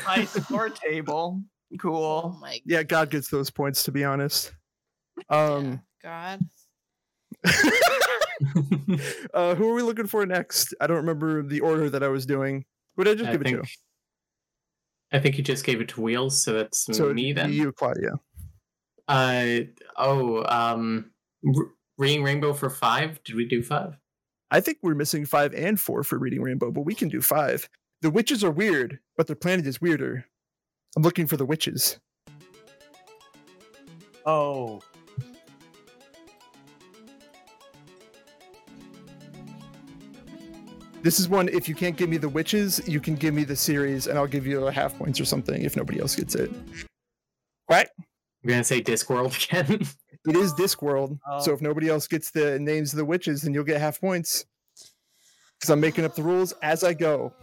Speaker 5: high score table.
Speaker 3: Oh
Speaker 5: Cool.
Speaker 3: my
Speaker 1: Yeah, God gets those points to be honest. Um,
Speaker 3: god.
Speaker 1: uh, who are we looking for next? I don't remember the order that I was doing. Who did I just
Speaker 4: I
Speaker 1: give
Speaker 4: think.
Speaker 1: it to?
Speaker 4: I think you just gave it to Wheels, so that's
Speaker 1: So
Speaker 4: me
Speaker 1: it'd
Speaker 4: then.
Speaker 1: be you, Claudia.
Speaker 4: Uh oh. Um, R- reading Rainbow for five. Did we do five?
Speaker 1: I think we're missing five and four for Reading Rainbow, but we can do five. The witches are weird, but their planet is weirder. I'm looking for the witches.
Speaker 5: Oh.
Speaker 1: This is one. If you can't give me the witches, you can give me the series, and I'll give you a half points or something if nobody else gets it.
Speaker 4: We're gonna say Discworld again.
Speaker 1: It is Discworld, so
Speaker 5: Oh.
Speaker 1: if nobody else gets the names of the witches, then you'll get half points. Because I'm making up the rules as I go.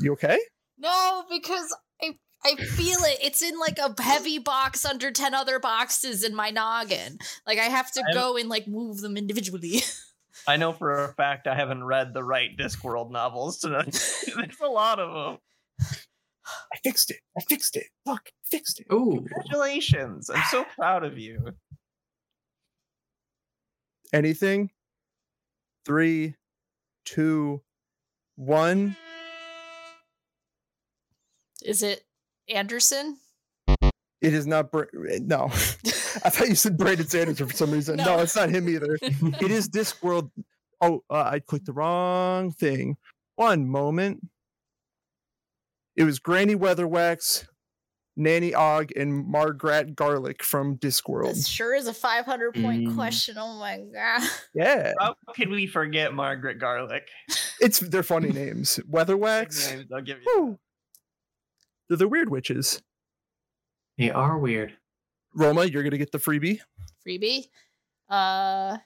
Speaker 1: You okay?
Speaker 3: Uh, No, because I I feel it. It's in like a heavy box under ten other boxes in my noggin. Like I have to
Speaker 5: I'm-
Speaker 3: go and like move them individually.
Speaker 5: I know for a fact I haven't read the right Discworld novels. So there's a lot of them.
Speaker 1: I fixed it. I fixed it. Look, I fixed it.
Speaker 4: Ooh.
Speaker 5: Congratulations. I'm so proud of you.
Speaker 1: Anything? Three, two, one.
Speaker 3: Is it Anderson?
Speaker 1: It is not. Bra- eh, no, I thought you said Brandon Sanderson for some reason. No,
Speaker 3: No.
Speaker 1: it's not him either. It is Discworld. Oh, uh, I clicked the wrong thing. One moment. It was Granny Weatherwax, Nanny Og, and Margaret Garlic from
Speaker 3: This
Speaker 1: Discworld.
Speaker 3: sure is a 500 point
Speaker 4: Mm.
Speaker 3: question. Oh my god.
Speaker 1: Yeah,
Speaker 5: How could we forget Margaret Garlick?
Speaker 1: it's they're funny names. Weatherwax.
Speaker 5: Names, I'll give you.
Speaker 1: Woo. They're the weird witches.
Speaker 4: They are weird.
Speaker 1: Roma, you're gonna get the freebie.
Speaker 3: Freebie. Uh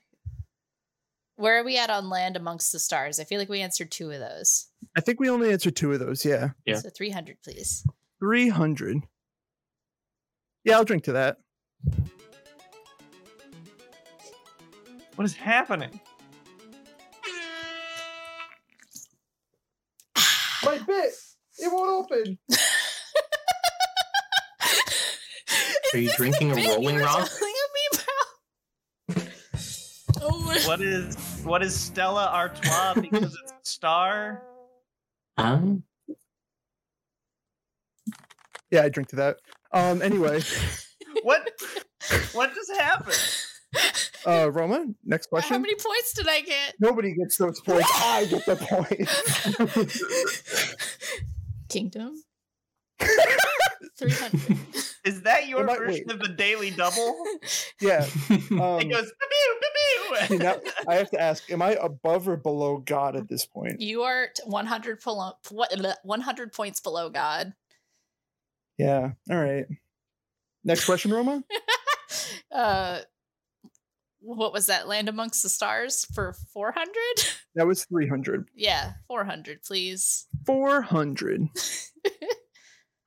Speaker 3: where are we at on land amongst the stars? I feel like we answered two of those.
Speaker 1: I think we only answered two of those. Yeah,
Speaker 4: Yeah.
Speaker 3: So 300, please.
Speaker 1: three hundred. Yeah, I'll drink to that.
Speaker 5: What is happening?
Speaker 1: My bit. It won't open.
Speaker 4: Are you drinking a Rolling Rock?
Speaker 3: Oh my
Speaker 5: What is what is Stella Artois because it's a star?
Speaker 4: Um.
Speaker 1: Yeah, I drink to that. Um. Anyway,
Speaker 5: What what just happened?
Speaker 1: uh, Roma, next question.
Speaker 3: How many points did I get?
Speaker 1: Nobody gets those points. I get the point.
Speaker 3: Kingdom. 300.
Speaker 5: Is that your
Speaker 1: Am I-
Speaker 5: version
Speaker 1: wait.
Speaker 5: of the daily double?
Speaker 1: Yeah.
Speaker 4: uh,
Speaker 1: Um,
Speaker 5: it goes pew pew
Speaker 1: you
Speaker 5: pew.
Speaker 1: know, I have to ask: Am I above or below God at this point?
Speaker 3: You are t- 100 polo- what- bleh, 100 points below God.
Speaker 1: Yeah. All right. Next question, Roma.
Speaker 3: Uh what was that? Land amongst the stars for 400?
Speaker 1: That was three hundred.
Speaker 3: Yeah, 400, please.
Speaker 1: 400.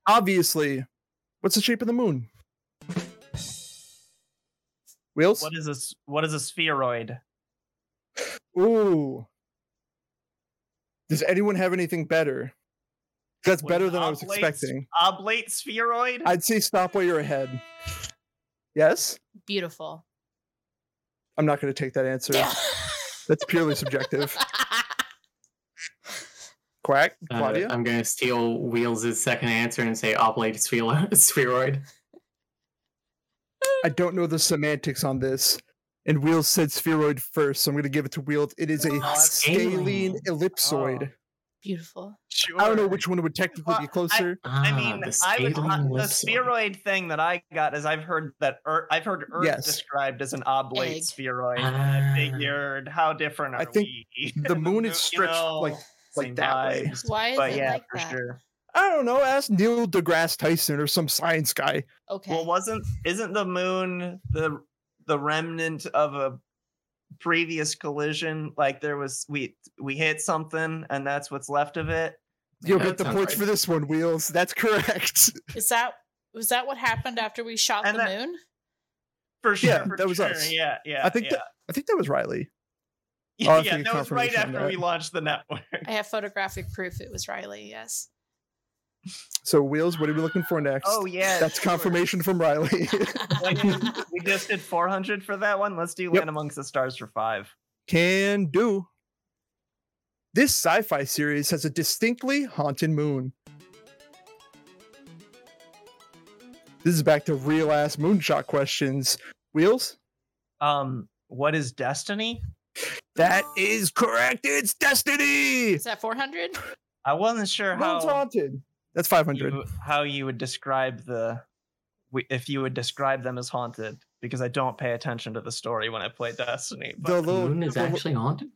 Speaker 1: Obviously, what's the shape of the moon? Wheels?
Speaker 5: What is a s- what is a spheroid?
Speaker 1: Ooh. Does anyone have anything better? That's
Speaker 5: What
Speaker 1: better
Speaker 5: an
Speaker 1: than I was
Speaker 5: oblate
Speaker 1: expecting.
Speaker 5: Oblate spheroid?
Speaker 1: I'd say stop while you're ahead. Yes?
Speaker 3: Beautiful.
Speaker 1: I'm not going to take that answer. That's purely subjective. Quack,
Speaker 4: Uh,
Speaker 1: Claudia?
Speaker 4: I'm gonna steal Wheels' second answer and say oblate sphero- spheroid.
Speaker 1: I don't know the semantics on this. And Wheels said spheroid first, so I'm going to give it to Wheels. It is a
Speaker 5: Oh,
Speaker 1: scalene
Speaker 4: scalene.
Speaker 1: ellipsoid.
Speaker 3: Beautiful.
Speaker 5: Sure.
Speaker 1: I don't know which one would technically be
Speaker 5: Well, I-
Speaker 1: closer.
Speaker 5: I
Speaker 4: Ah,
Speaker 5: mean,
Speaker 4: the
Speaker 5: I was
Speaker 4: scaling
Speaker 5: uh, the
Speaker 4: was-
Speaker 5: spheroid thing that I got is I've heard that Earth, I've heard Earth
Speaker 1: Yes.
Speaker 5: described as an oblate
Speaker 3: Egg.
Speaker 5: spheroid. and
Speaker 4: Ah.
Speaker 5: I figured, how different are
Speaker 1: I think
Speaker 5: we?
Speaker 1: the moon is stretched like- like
Speaker 5: same
Speaker 1: that way.
Speaker 5: vibes.
Speaker 3: Why is
Speaker 5: But
Speaker 3: it
Speaker 5: yeah,
Speaker 3: like
Speaker 5: for
Speaker 3: that?
Speaker 5: sure.
Speaker 1: I don't know. Ask Neil deGrasse Tyson or some science guy.
Speaker 3: Okay.
Speaker 5: Well, wasn't isn't the moon the the remnant of a previous collision. Like there was we we hit something and that's what's left of it.
Speaker 1: You'll
Speaker 4: that
Speaker 1: get the
Speaker 4: sounds
Speaker 1: points
Speaker 4: right.
Speaker 1: for this one, Wheels. That's correct.
Speaker 3: Is that was that what happened after we shot
Speaker 5: And
Speaker 3: the
Speaker 5: that-
Speaker 3: moon?
Speaker 5: For sure.
Speaker 1: Yeah,
Speaker 5: for
Speaker 1: that was
Speaker 5: sure.
Speaker 1: us.
Speaker 5: Yeah, yeah.
Speaker 1: I think
Speaker 5: yeah.
Speaker 1: that- I think that was Riley.
Speaker 5: Yeah,
Speaker 1: I'll have to
Speaker 5: yeah,
Speaker 1: get
Speaker 5: that was right
Speaker 1: confirmation on
Speaker 5: after
Speaker 1: that.
Speaker 5: we launched the network.
Speaker 3: I have photographic proof it was Riley, yes.
Speaker 1: So Wheels, what are we looking for next?
Speaker 5: Oh yeah,
Speaker 1: That's
Speaker 5: sure.
Speaker 1: confirmation from Riley.
Speaker 5: Like, we just did 400 for that one. Let's do
Speaker 1: Yep.
Speaker 5: Land Amongst the Stars for five.
Speaker 1: Can do. This sci fi series has a distinctly haunted moon. This is back to real ass moonshot questions. Wheels?
Speaker 5: Um, what is Destiny?
Speaker 1: That is correct. It's Destiny.
Speaker 3: Is that 400?
Speaker 5: I wasn't sure
Speaker 1: Moon's
Speaker 5: how
Speaker 1: haunted. That's 500.
Speaker 5: you, how you would describe the wi- if you would describe them as haunted because I don't pay attention to the story when I play Destiny. But
Speaker 1: The
Speaker 4: The
Speaker 1: little,
Speaker 4: moon is
Speaker 1: the,
Speaker 4: actually haunted.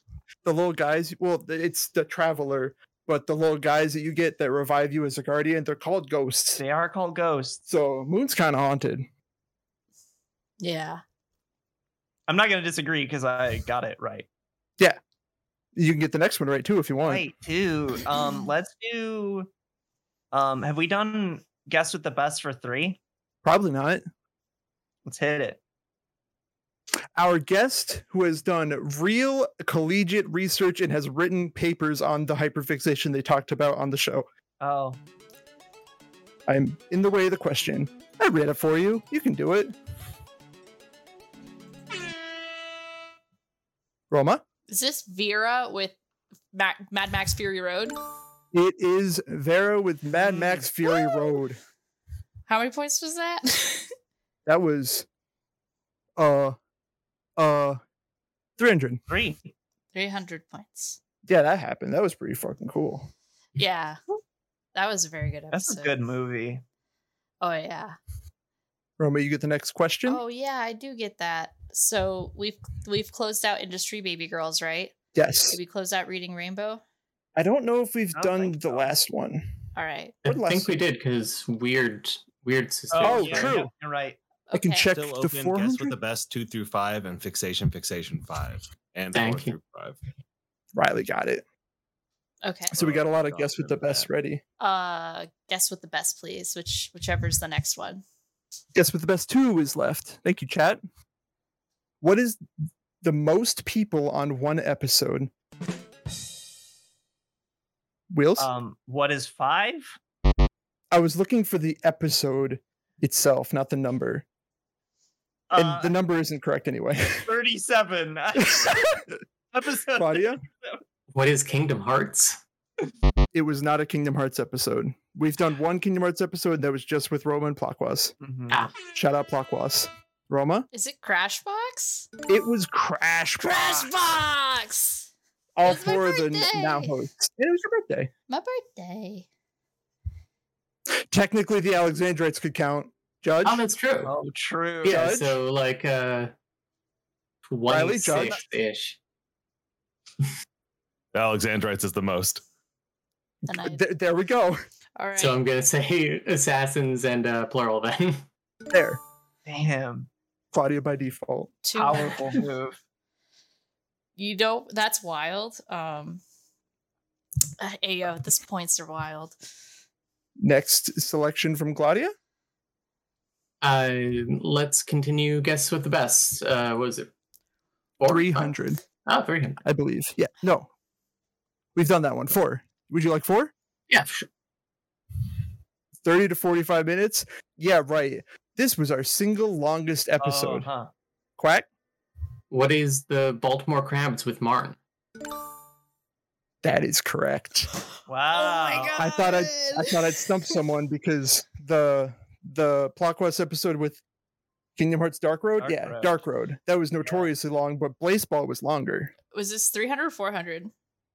Speaker 1: the little guys, well, th- it's the traveler, but the little guys that you get that revive you as a guardian, they're called ghosts.
Speaker 5: they are called ghosts.
Speaker 1: So Moon's kind of haunted.
Speaker 3: Yeah.
Speaker 5: I'm not going to disagree because I got it right.
Speaker 1: You can get the next one right too if you want.
Speaker 5: Right, too. Um, let's do. Um, have we done guess with the best for three?
Speaker 1: Probably not.
Speaker 5: Let's hit it.
Speaker 1: our guest who has done real collegiate research and has written papers on the hyperfixation they talked about on the show.
Speaker 5: Oh,
Speaker 1: I'm in the way of the question. I read it for you. You can do it. Roma,
Speaker 3: Is this Vera with Ma- Mad Max Fury Road?
Speaker 1: it is Vera with Mad
Speaker 5: Mm.
Speaker 1: Max Fury Road.
Speaker 3: How many points was that?
Speaker 1: That was uh uh 300.
Speaker 5: three.
Speaker 3: 300 points.
Speaker 1: Yeah, that happened. That was pretty fucking cool.
Speaker 3: Yeah. That was a very good episode.
Speaker 5: That's a good movie.
Speaker 3: Oh yeah.
Speaker 1: Roma, you get the next question.
Speaker 3: Oh yeah, I do get that. So we've we've closed out industry baby girls, right?
Speaker 1: yes.
Speaker 3: Did we close out reading Rainbow?
Speaker 1: I don't know if we've
Speaker 5: I don't
Speaker 1: done
Speaker 5: think
Speaker 1: the
Speaker 5: so.
Speaker 1: last one.
Speaker 3: All right.
Speaker 4: I
Speaker 1: What
Speaker 4: think
Speaker 1: last-
Speaker 4: we did because weird, weird sisters.
Speaker 1: Oh,
Speaker 4: right?
Speaker 1: true.
Speaker 5: You're right.
Speaker 1: I can
Speaker 3: Okay.
Speaker 1: check
Speaker 2: Still
Speaker 1: the
Speaker 2: open. Guess with
Speaker 1: 400.
Speaker 2: the best two through five and fixation, fixation five and
Speaker 4: Thank
Speaker 2: four
Speaker 4: you.
Speaker 2: through five.
Speaker 1: Riley got it.
Speaker 3: Okay.
Speaker 1: So we got a lot of
Speaker 2: Oh,
Speaker 1: guess with the
Speaker 2: God,
Speaker 1: best
Speaker 2: that-
Speaker 1: ready.
Speaker 3: Uh guess with the best, please, which whichever's the next one.
Speaker 1: Guess with the best two is left. Thank you, chat. What is the most people on one episode? Wheels?
Speaker 5: Um, what is five?
Speaker 1: I was looking for the episode itself, not the number. And
Speaker 5: Uh,
Speaker 1: the number isn't correct anyway.
Speaker 5: 37. Episode.
Speaker 1: Claudia,
Speaker 4: What is Kingdom Hearts?
Speaker 1: it was not a Kingdom Hearts episode. We've done one Kingdom Hearts episode that was just with Roma and Plakwas.
Speaker 5: Mhm.
Speaker 4: Ah.
Speaker 1: Shout out Plakwas. Roma?
Speaker 3: Is it Crashbox?
Speaker 1: It was Crash Box.
Speaker 3: Crashbox!
Speaker 1: all
Speaker 3: It's my
Speaker 1: four of the n- now
Speaker 3: birthday.
Speaker 1: hosts. And it was your birthday.
Speaker 3: My birthday.
Speaker 1: Technically, the Alexandrites could count. Judge,
Speaker 4: Oh, that's true.
Speaker 5: Oh, true.
Speaker 4: yeah,
Speaker 1: Judge?
Speaker 4: so like uh,
Speaker 1: Riley, Judge?
Speaker 4: twenty-six ish.
Speaker 2: Alexandrites is the most.
Speaker 3: The night.
Speaker 1: Th- there we go.
Speaker 3: All right.
Speaker 4: So I'm gonna say assassins and uh, plural then.
Speaker 1: There,
Speaker 5: Damn.
Speaker 1: Claudia by default.
Speaker 3: Two-
Speaker 5: Powerful move.
Speaker 3: you don't that's wild. Um uh, Ayo, this points are wild.
Speaker 1: Next selection from Claudia.
Speaker 4: Uh, let's continue. Guess what the best? Uh, what was it? Four?
Speaker 1: Three hundred,
Speaker 4: Oh, three hundred.
Speaker 1: I believe. Yeah, no, we've done that one. Four. Would you like four?
Speaker 4: Yeah, sure.
Speaker 1: Thirty to forty-five minutes. Yeah, right. This was our single longest episode.
Speaker 5: Oh, huh.
Speaker 1: Quack.
Speaker 4: What is the Baltimore Crabs with Martin?
Speaker 1: That is correct.
Speaker 5: Oh Wow.
Speaker 1: I thought I'd- I thought I'd stump someone because the the plot quest episode with Kingdom Hearts Dark Road,
Speaker 5: Dark
Speaker 1: yeah,
Speaker 5: Road.
Speaker 1: Dark Road. That was notoriously long, but Blazeball was longer.
Speaker 3: Was this 300 or 400?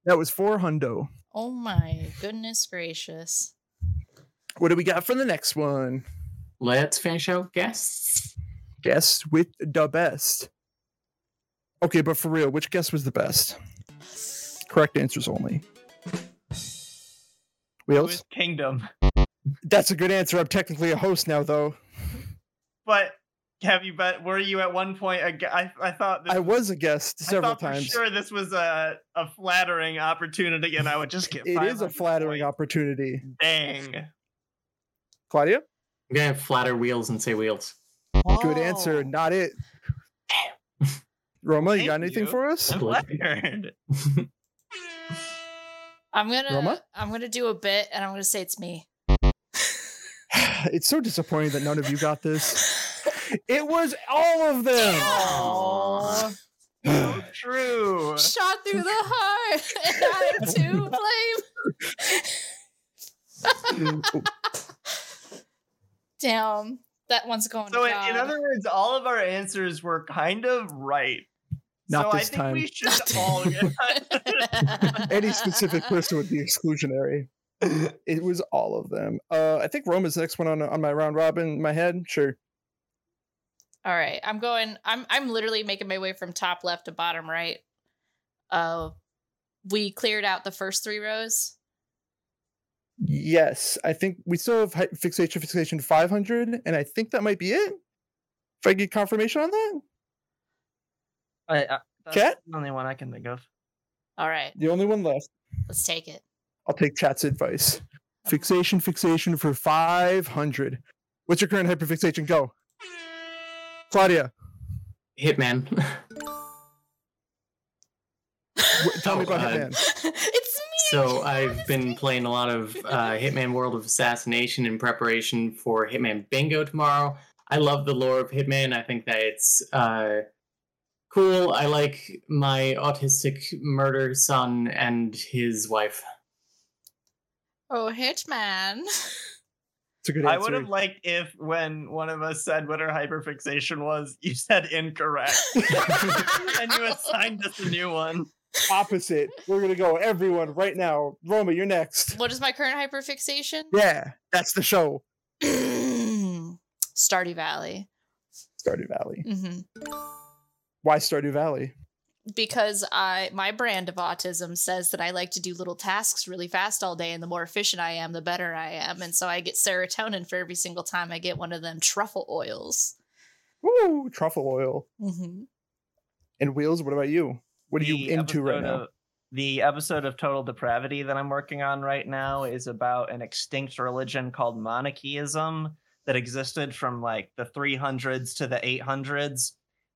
Speaker 1: That was four hundo.
Speaker 3: Oh my goodness gracious.
Speaker 1: What do we got for the next one?
Speaker 4: Let's finish out guests.
Speaker 1: Guess with the best. Okay, but for real, which guess was the best? Correct answers only.
Speaker 5: It
Speaker 1: Wheels.
Speaker 5: was Kingdom.
Speaker 1: That's a good answer. I'm technically a host now, though.
Speaker 5: But have you bet? Were you at one point? a gu- I I thought this,
Speaker 1: I was a guest
Speaker 5: I
Speaker 1: several
Speaker 5: thought for
Speaker 1: times.
Speaker 5: sure this was a a flattering opportunity, and I would just get.
Speaker 1: It is a
Speaker 5: 500
Speaker 1: flattering
Speaker 5: points.
Speaker 1: opportunity.
Speaker 5: Dang.
Speaker 1: Claudia,
Speaker 4: I'm gonna flatter wheels and say wheels.
Speaker 1: good
Speaker 5: Oh.
Speaker 1: answer. Not it. Roma, you got
Speaker 5: Thank
Speaker 1: anything
Speaker 5: you.
Speaker 1: for us?
Speaker 5: I'm flattered.
Speaker 3: I'm gonna
Speaker 1: Roma?
Speaker 3: I'm gonna do a bit and I'm gonna say it's me.
Speaker 1: It's so disappointing that none of you got this. It was all of them.
Speaker 3: Aw.
Speaker 5: So true.
Speaker 3: Shot through the heart. And I too blame. Damn. That one's going
Speaker 5: So
Speaker 3: to
Speaker 5: in,
Speaker 3: Oh, God.
Speaker 5: in other words, all of our answers were kind of right.
Speaker 1: Not
Speaker 5: so I
Speaker 1: this
Speaker 5: think
Speaker 1: time.
Speaker 5: we should
Speaker 3: Not-
Speaker 5: all get
Speaker 1: Any specific person would be exclusionary. It was all of them. Uh, I think Roma's the next one on on my round robin. in My head, sure.
Speaker 3: All right, I'm going. I'm I'm literally making my way from top left to bottom right. Uh, we cleared out the first three rows.
Speaker 1: Yes, I think we still have hi- fixation fixation 500, and I think that might be it. If I get confirmation on that,
Speaker 5: I, I, that's
Speaker 1: Chat?
Speaker 5: the only one I can think of.
Speaker 3: All right,
Speaker 1: the only one left.
Speaker 3: let's take it.
Speaker 1: I'll take chat's advice. Fixation fixation for 500. What's your current hyperfixation? Go, Claudia.
Speaker 4: Hitman.
Speaker 1: wh- Tell me
Speaker 4: Oh,
Speaker 1: about
Speaker 4: uh,
Speaker 1: Hitman.
Speaker 3: it's
Speaker 4: So I've been playing a lot of uh, Hitman World of Assassination in preparation for Hitman Bingo tomorrow. I love the lore of Hitman. I think that it's uh, cool. I like my autistic murder son and his wife.
Speaker 3: oh hitman.
Speaker 1: It's a good
Speaker 5: I
Speaker 1: answer.
Speaker 5: would have liked if when one of us said what our hyperfixation was, you said incorrect. and you assigned us a new one.
Speaker 1: opposite. We're gonna go everyone right now. Roma, you're next.
Speaker 3: What is my current hyperfixation?
Speaker 1: Yeah, that's the show.
Speaker 3: Stardew Valley.
Speaker 1: Stardew Valley.
Speaker 3: hmm
Speaker 1: Why Stardew Valley?
Speaker 3: because I my brand of autism says that I like to do little tasks really fast all day, and the more efficient I am, the better I am. And so I get serotonin for every single time I get one of them truffle oils.
Speaker 1: Woo! Truffle oil
Speaker 3: hmm
Speaker 1: and wheels. What about you? What are you into right now?
Speaker 5: Of, the episode of Total Depravity that I'm working on right now is about an extinct religion called monarchyism that existed from like the 300s to the 800s.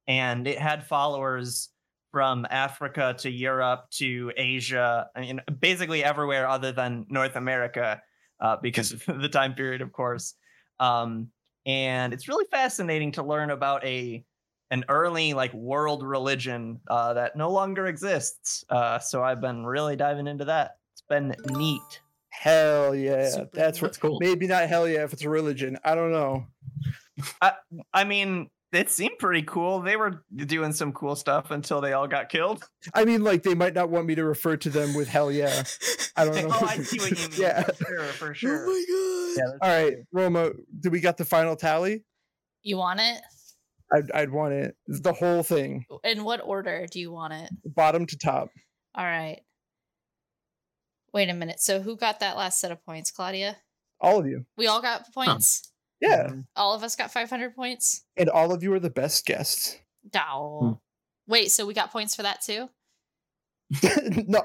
Speaker 5: And it had followers from Africa to Europe to Asia, I mean, basically everywhere other than North America, uh, because of the time period, of course. Um, and it's really fascinating to learn about a an early like world religion uh, that no longer exists. Uh, so I've been really diving into that. It's been neat.
Speaker 1: Hell yeah!
Speaker 3: Super
Speaker 1: that's what.
Speaker 4: That's cool.
Speaker 1: Maybe not hell yeah if it's a religion. I don't know.
Speaker 5: I mean, it seemed pretty cool. They were doing some cool stuff until they all got killed.
Speaker 1: I mean, like they might not want me to refer to them with hell yeah. I don't know.
Speaker 5: oh, I see what you mean.
Speaker 1: yeah.
Speaker 5: For sure, for sure.
Speaker 1: Oh my
Speaker 5: Yeah, that's
Speaker 1: All right, Roma. Do we got the final tally?
Speaker 3: You want it?
Speaker 1: I'd, I'd want it. The whole thing,
Speaker 3: In what order do you want it?
Speaker 1: bottom to top.
Speaker 3: All right. Wait a minute. So who got that last set of points, Claudia?
Speaker 1: All of you.
Speaker 3: We all got points.
Speaker 1: Yeah.
Speaker 5: Mm.
Speaker 3: All of us got 500 points.
Speaker 1: And all of you are the best guests.
Speaker 3: Dow.
Speaker 4: Hmm.
Speaker 3: Wait, so we got points for that too?
Speaker 1: no.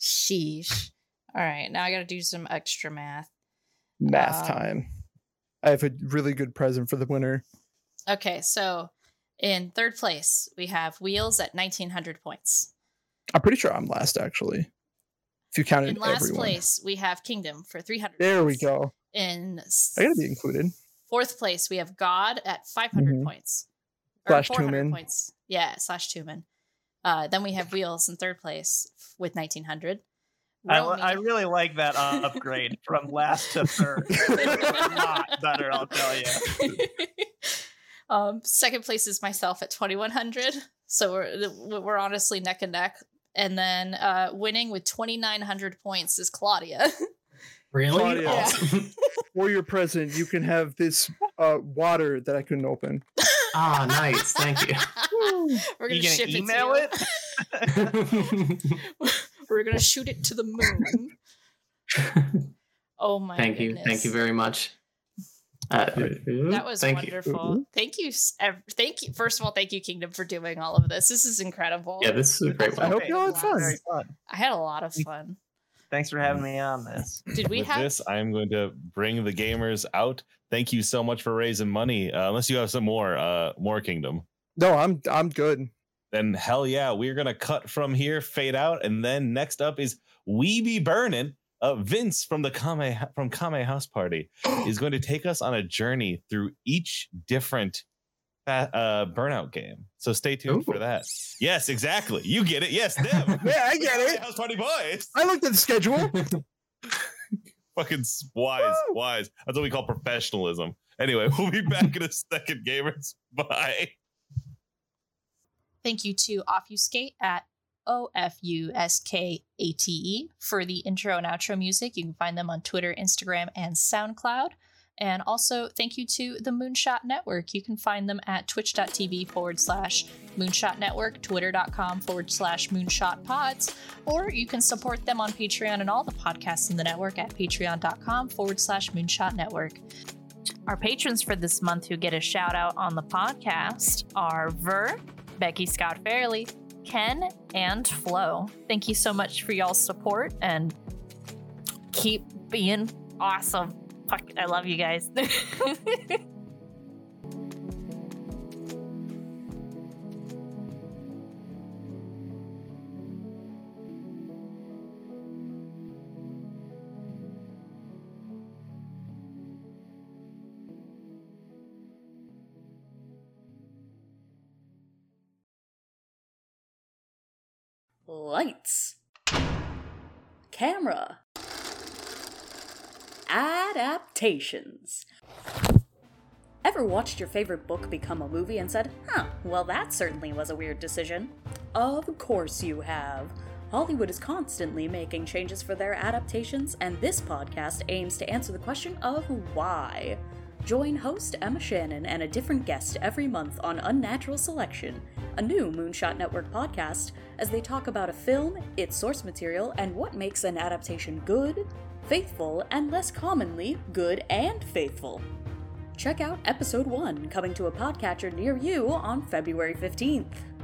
Speaker 3: Sheesh. All right, now I got to do some extra math.
Speaker 1: Math
Speaker 3: Uh,
Speaker 1: time. I have a really good present for the winner.
Speaker 3: Okay, so in third place, we have Wheels at 1900 points.
Speaker 1: I'm pretty sure I'm last, actually. If you counted
Speaker 3: In last
Speaker 1: everyone.
Speaker 3: place, we have Kingdom for 300.
Speaker 1: There we
Speaker 3: points.
Speaker 1: go.
Speaker 3: In s-
Speaker 1: I gotta be included.
Speaker 3: fourth place, we have God at 500
Speaker 1: Mhm.
Speaker 3: points. Or
Speaker 1: Slash
Speaker 3: 400
Speaker 1: Tumen.
Speaker 3: points. Yeah, slash Tumen. Uh, then we have Wheels in third place f- with 1900.
Speaker 5: I, li- I
Speaker 3: Romy-
Speaker 5: really like that uh, upgrade from last to third. a lot better, I'll tell you.
Speaker 3: um, second place is myself at 2100. So we're we're honestly neck and neck. And then uh, winning with 2900 points is Claudia.
Speaker 4: Really?
Speaker 1: Claudia.
Speaker 4: Awesome.
Speaker 1: For your present, you can have this uh, water that I couldn't open.
Speaker 4: ah, nice. Thank you.
Speaker 3: we're gonna
Speaker 5: You gonna
Speaker 3: ship
Speaker 5: email
Speaker 3: it.
Speaker 5: it?
Speaker 3: To you. we're gonna shoot it to the moon. Oh my!
Speaker 4: Thank you. Thank you
Speaker 3: goodness.
Speaker 4: very much. Uh,
Speaker 3: That was
Speaker 4: thank you. Mm-hmm.
Speaker 3: wonderful. Thank you. s- ev- Thank you. First of all, thank you, Kingdom, for doing all of this. This is incredible.
Speaker 4: Yeah, this is a great
Speaker 1: I
Speaker 4: one.
Speaker 1: hope y'all had fun.
Speaker 5: Very fun.
Speaker 3: I had a lot of fun.
Speaker 5: Thanks for having me on this.
Speaker 3: Did we
Speaker 2: With
Speaker 3: have?
Speaker 2: this, I am going to bring the gamers out. Thank you so much for raising money. Uh, unless you have some more, uh, more kingdom.
Speaker 1: No, I'm I'm good.
Speaker 2: Then hell yeah, we're gonna cut from here, fade out, and then next up is we be burning. Uh, Vince from the Kame from Kame House Party is going to take us on a journey through each different fa- uh, burnout game. So stay tuned
Speaker 4: Ooh.
Speaker 2: for that. Yes, exactly. You get it. Yes, them.
Speaker 1: Yeah, I get
Speaker 2: Kame
Speaker 1: it.
Speaker 2: House Party boys.
Speaker 1: I looked at the schedule.
Speaker 2: Fucking s- wise,
Speaker 1: Woo!
Speaker 2: wise. That's what we call professionalism. Anyway, we'll be back in a second, gamers. Bye.
Speaker 3: Thank you to Offuscate at O F U S K A T E for the intro and outro music. You can find them on Twitter, Instagram, and SoundCloud. And also, thank you to the Moonshot Network. You can find them at twitch.tv forward slash moonshot network, twitter.com forward slash moonshot pods, or you can support them on Patreon and all the podcasts in the network at patreon.com forward slash moonshot network. Our patrons for this month who get a shout out on the podcast are Ver, Becky Scott Fairley, Ken, and Flo. Thank you so much for y'all's support and keep being awesome. Fuck, I love you guys.
Speaker 6: Lights. Camera. Adaptations. Ever watched your favorite book become a movie and said, huh, well, that certainly was a weird decision? Of course you have. Hollywood is constantly making changes for their adaptations, and this podcast aims to answer the question of why. Join host Emma Shannon and a different guest every month on Unnatural Selection, a new Moonshot Network podcast, as they talk about a film, its source material, and what makes an adaptation good, faithful, and less commonly, good and faithful. Check out episode 1 coming to a podcatcher near you on February 15th.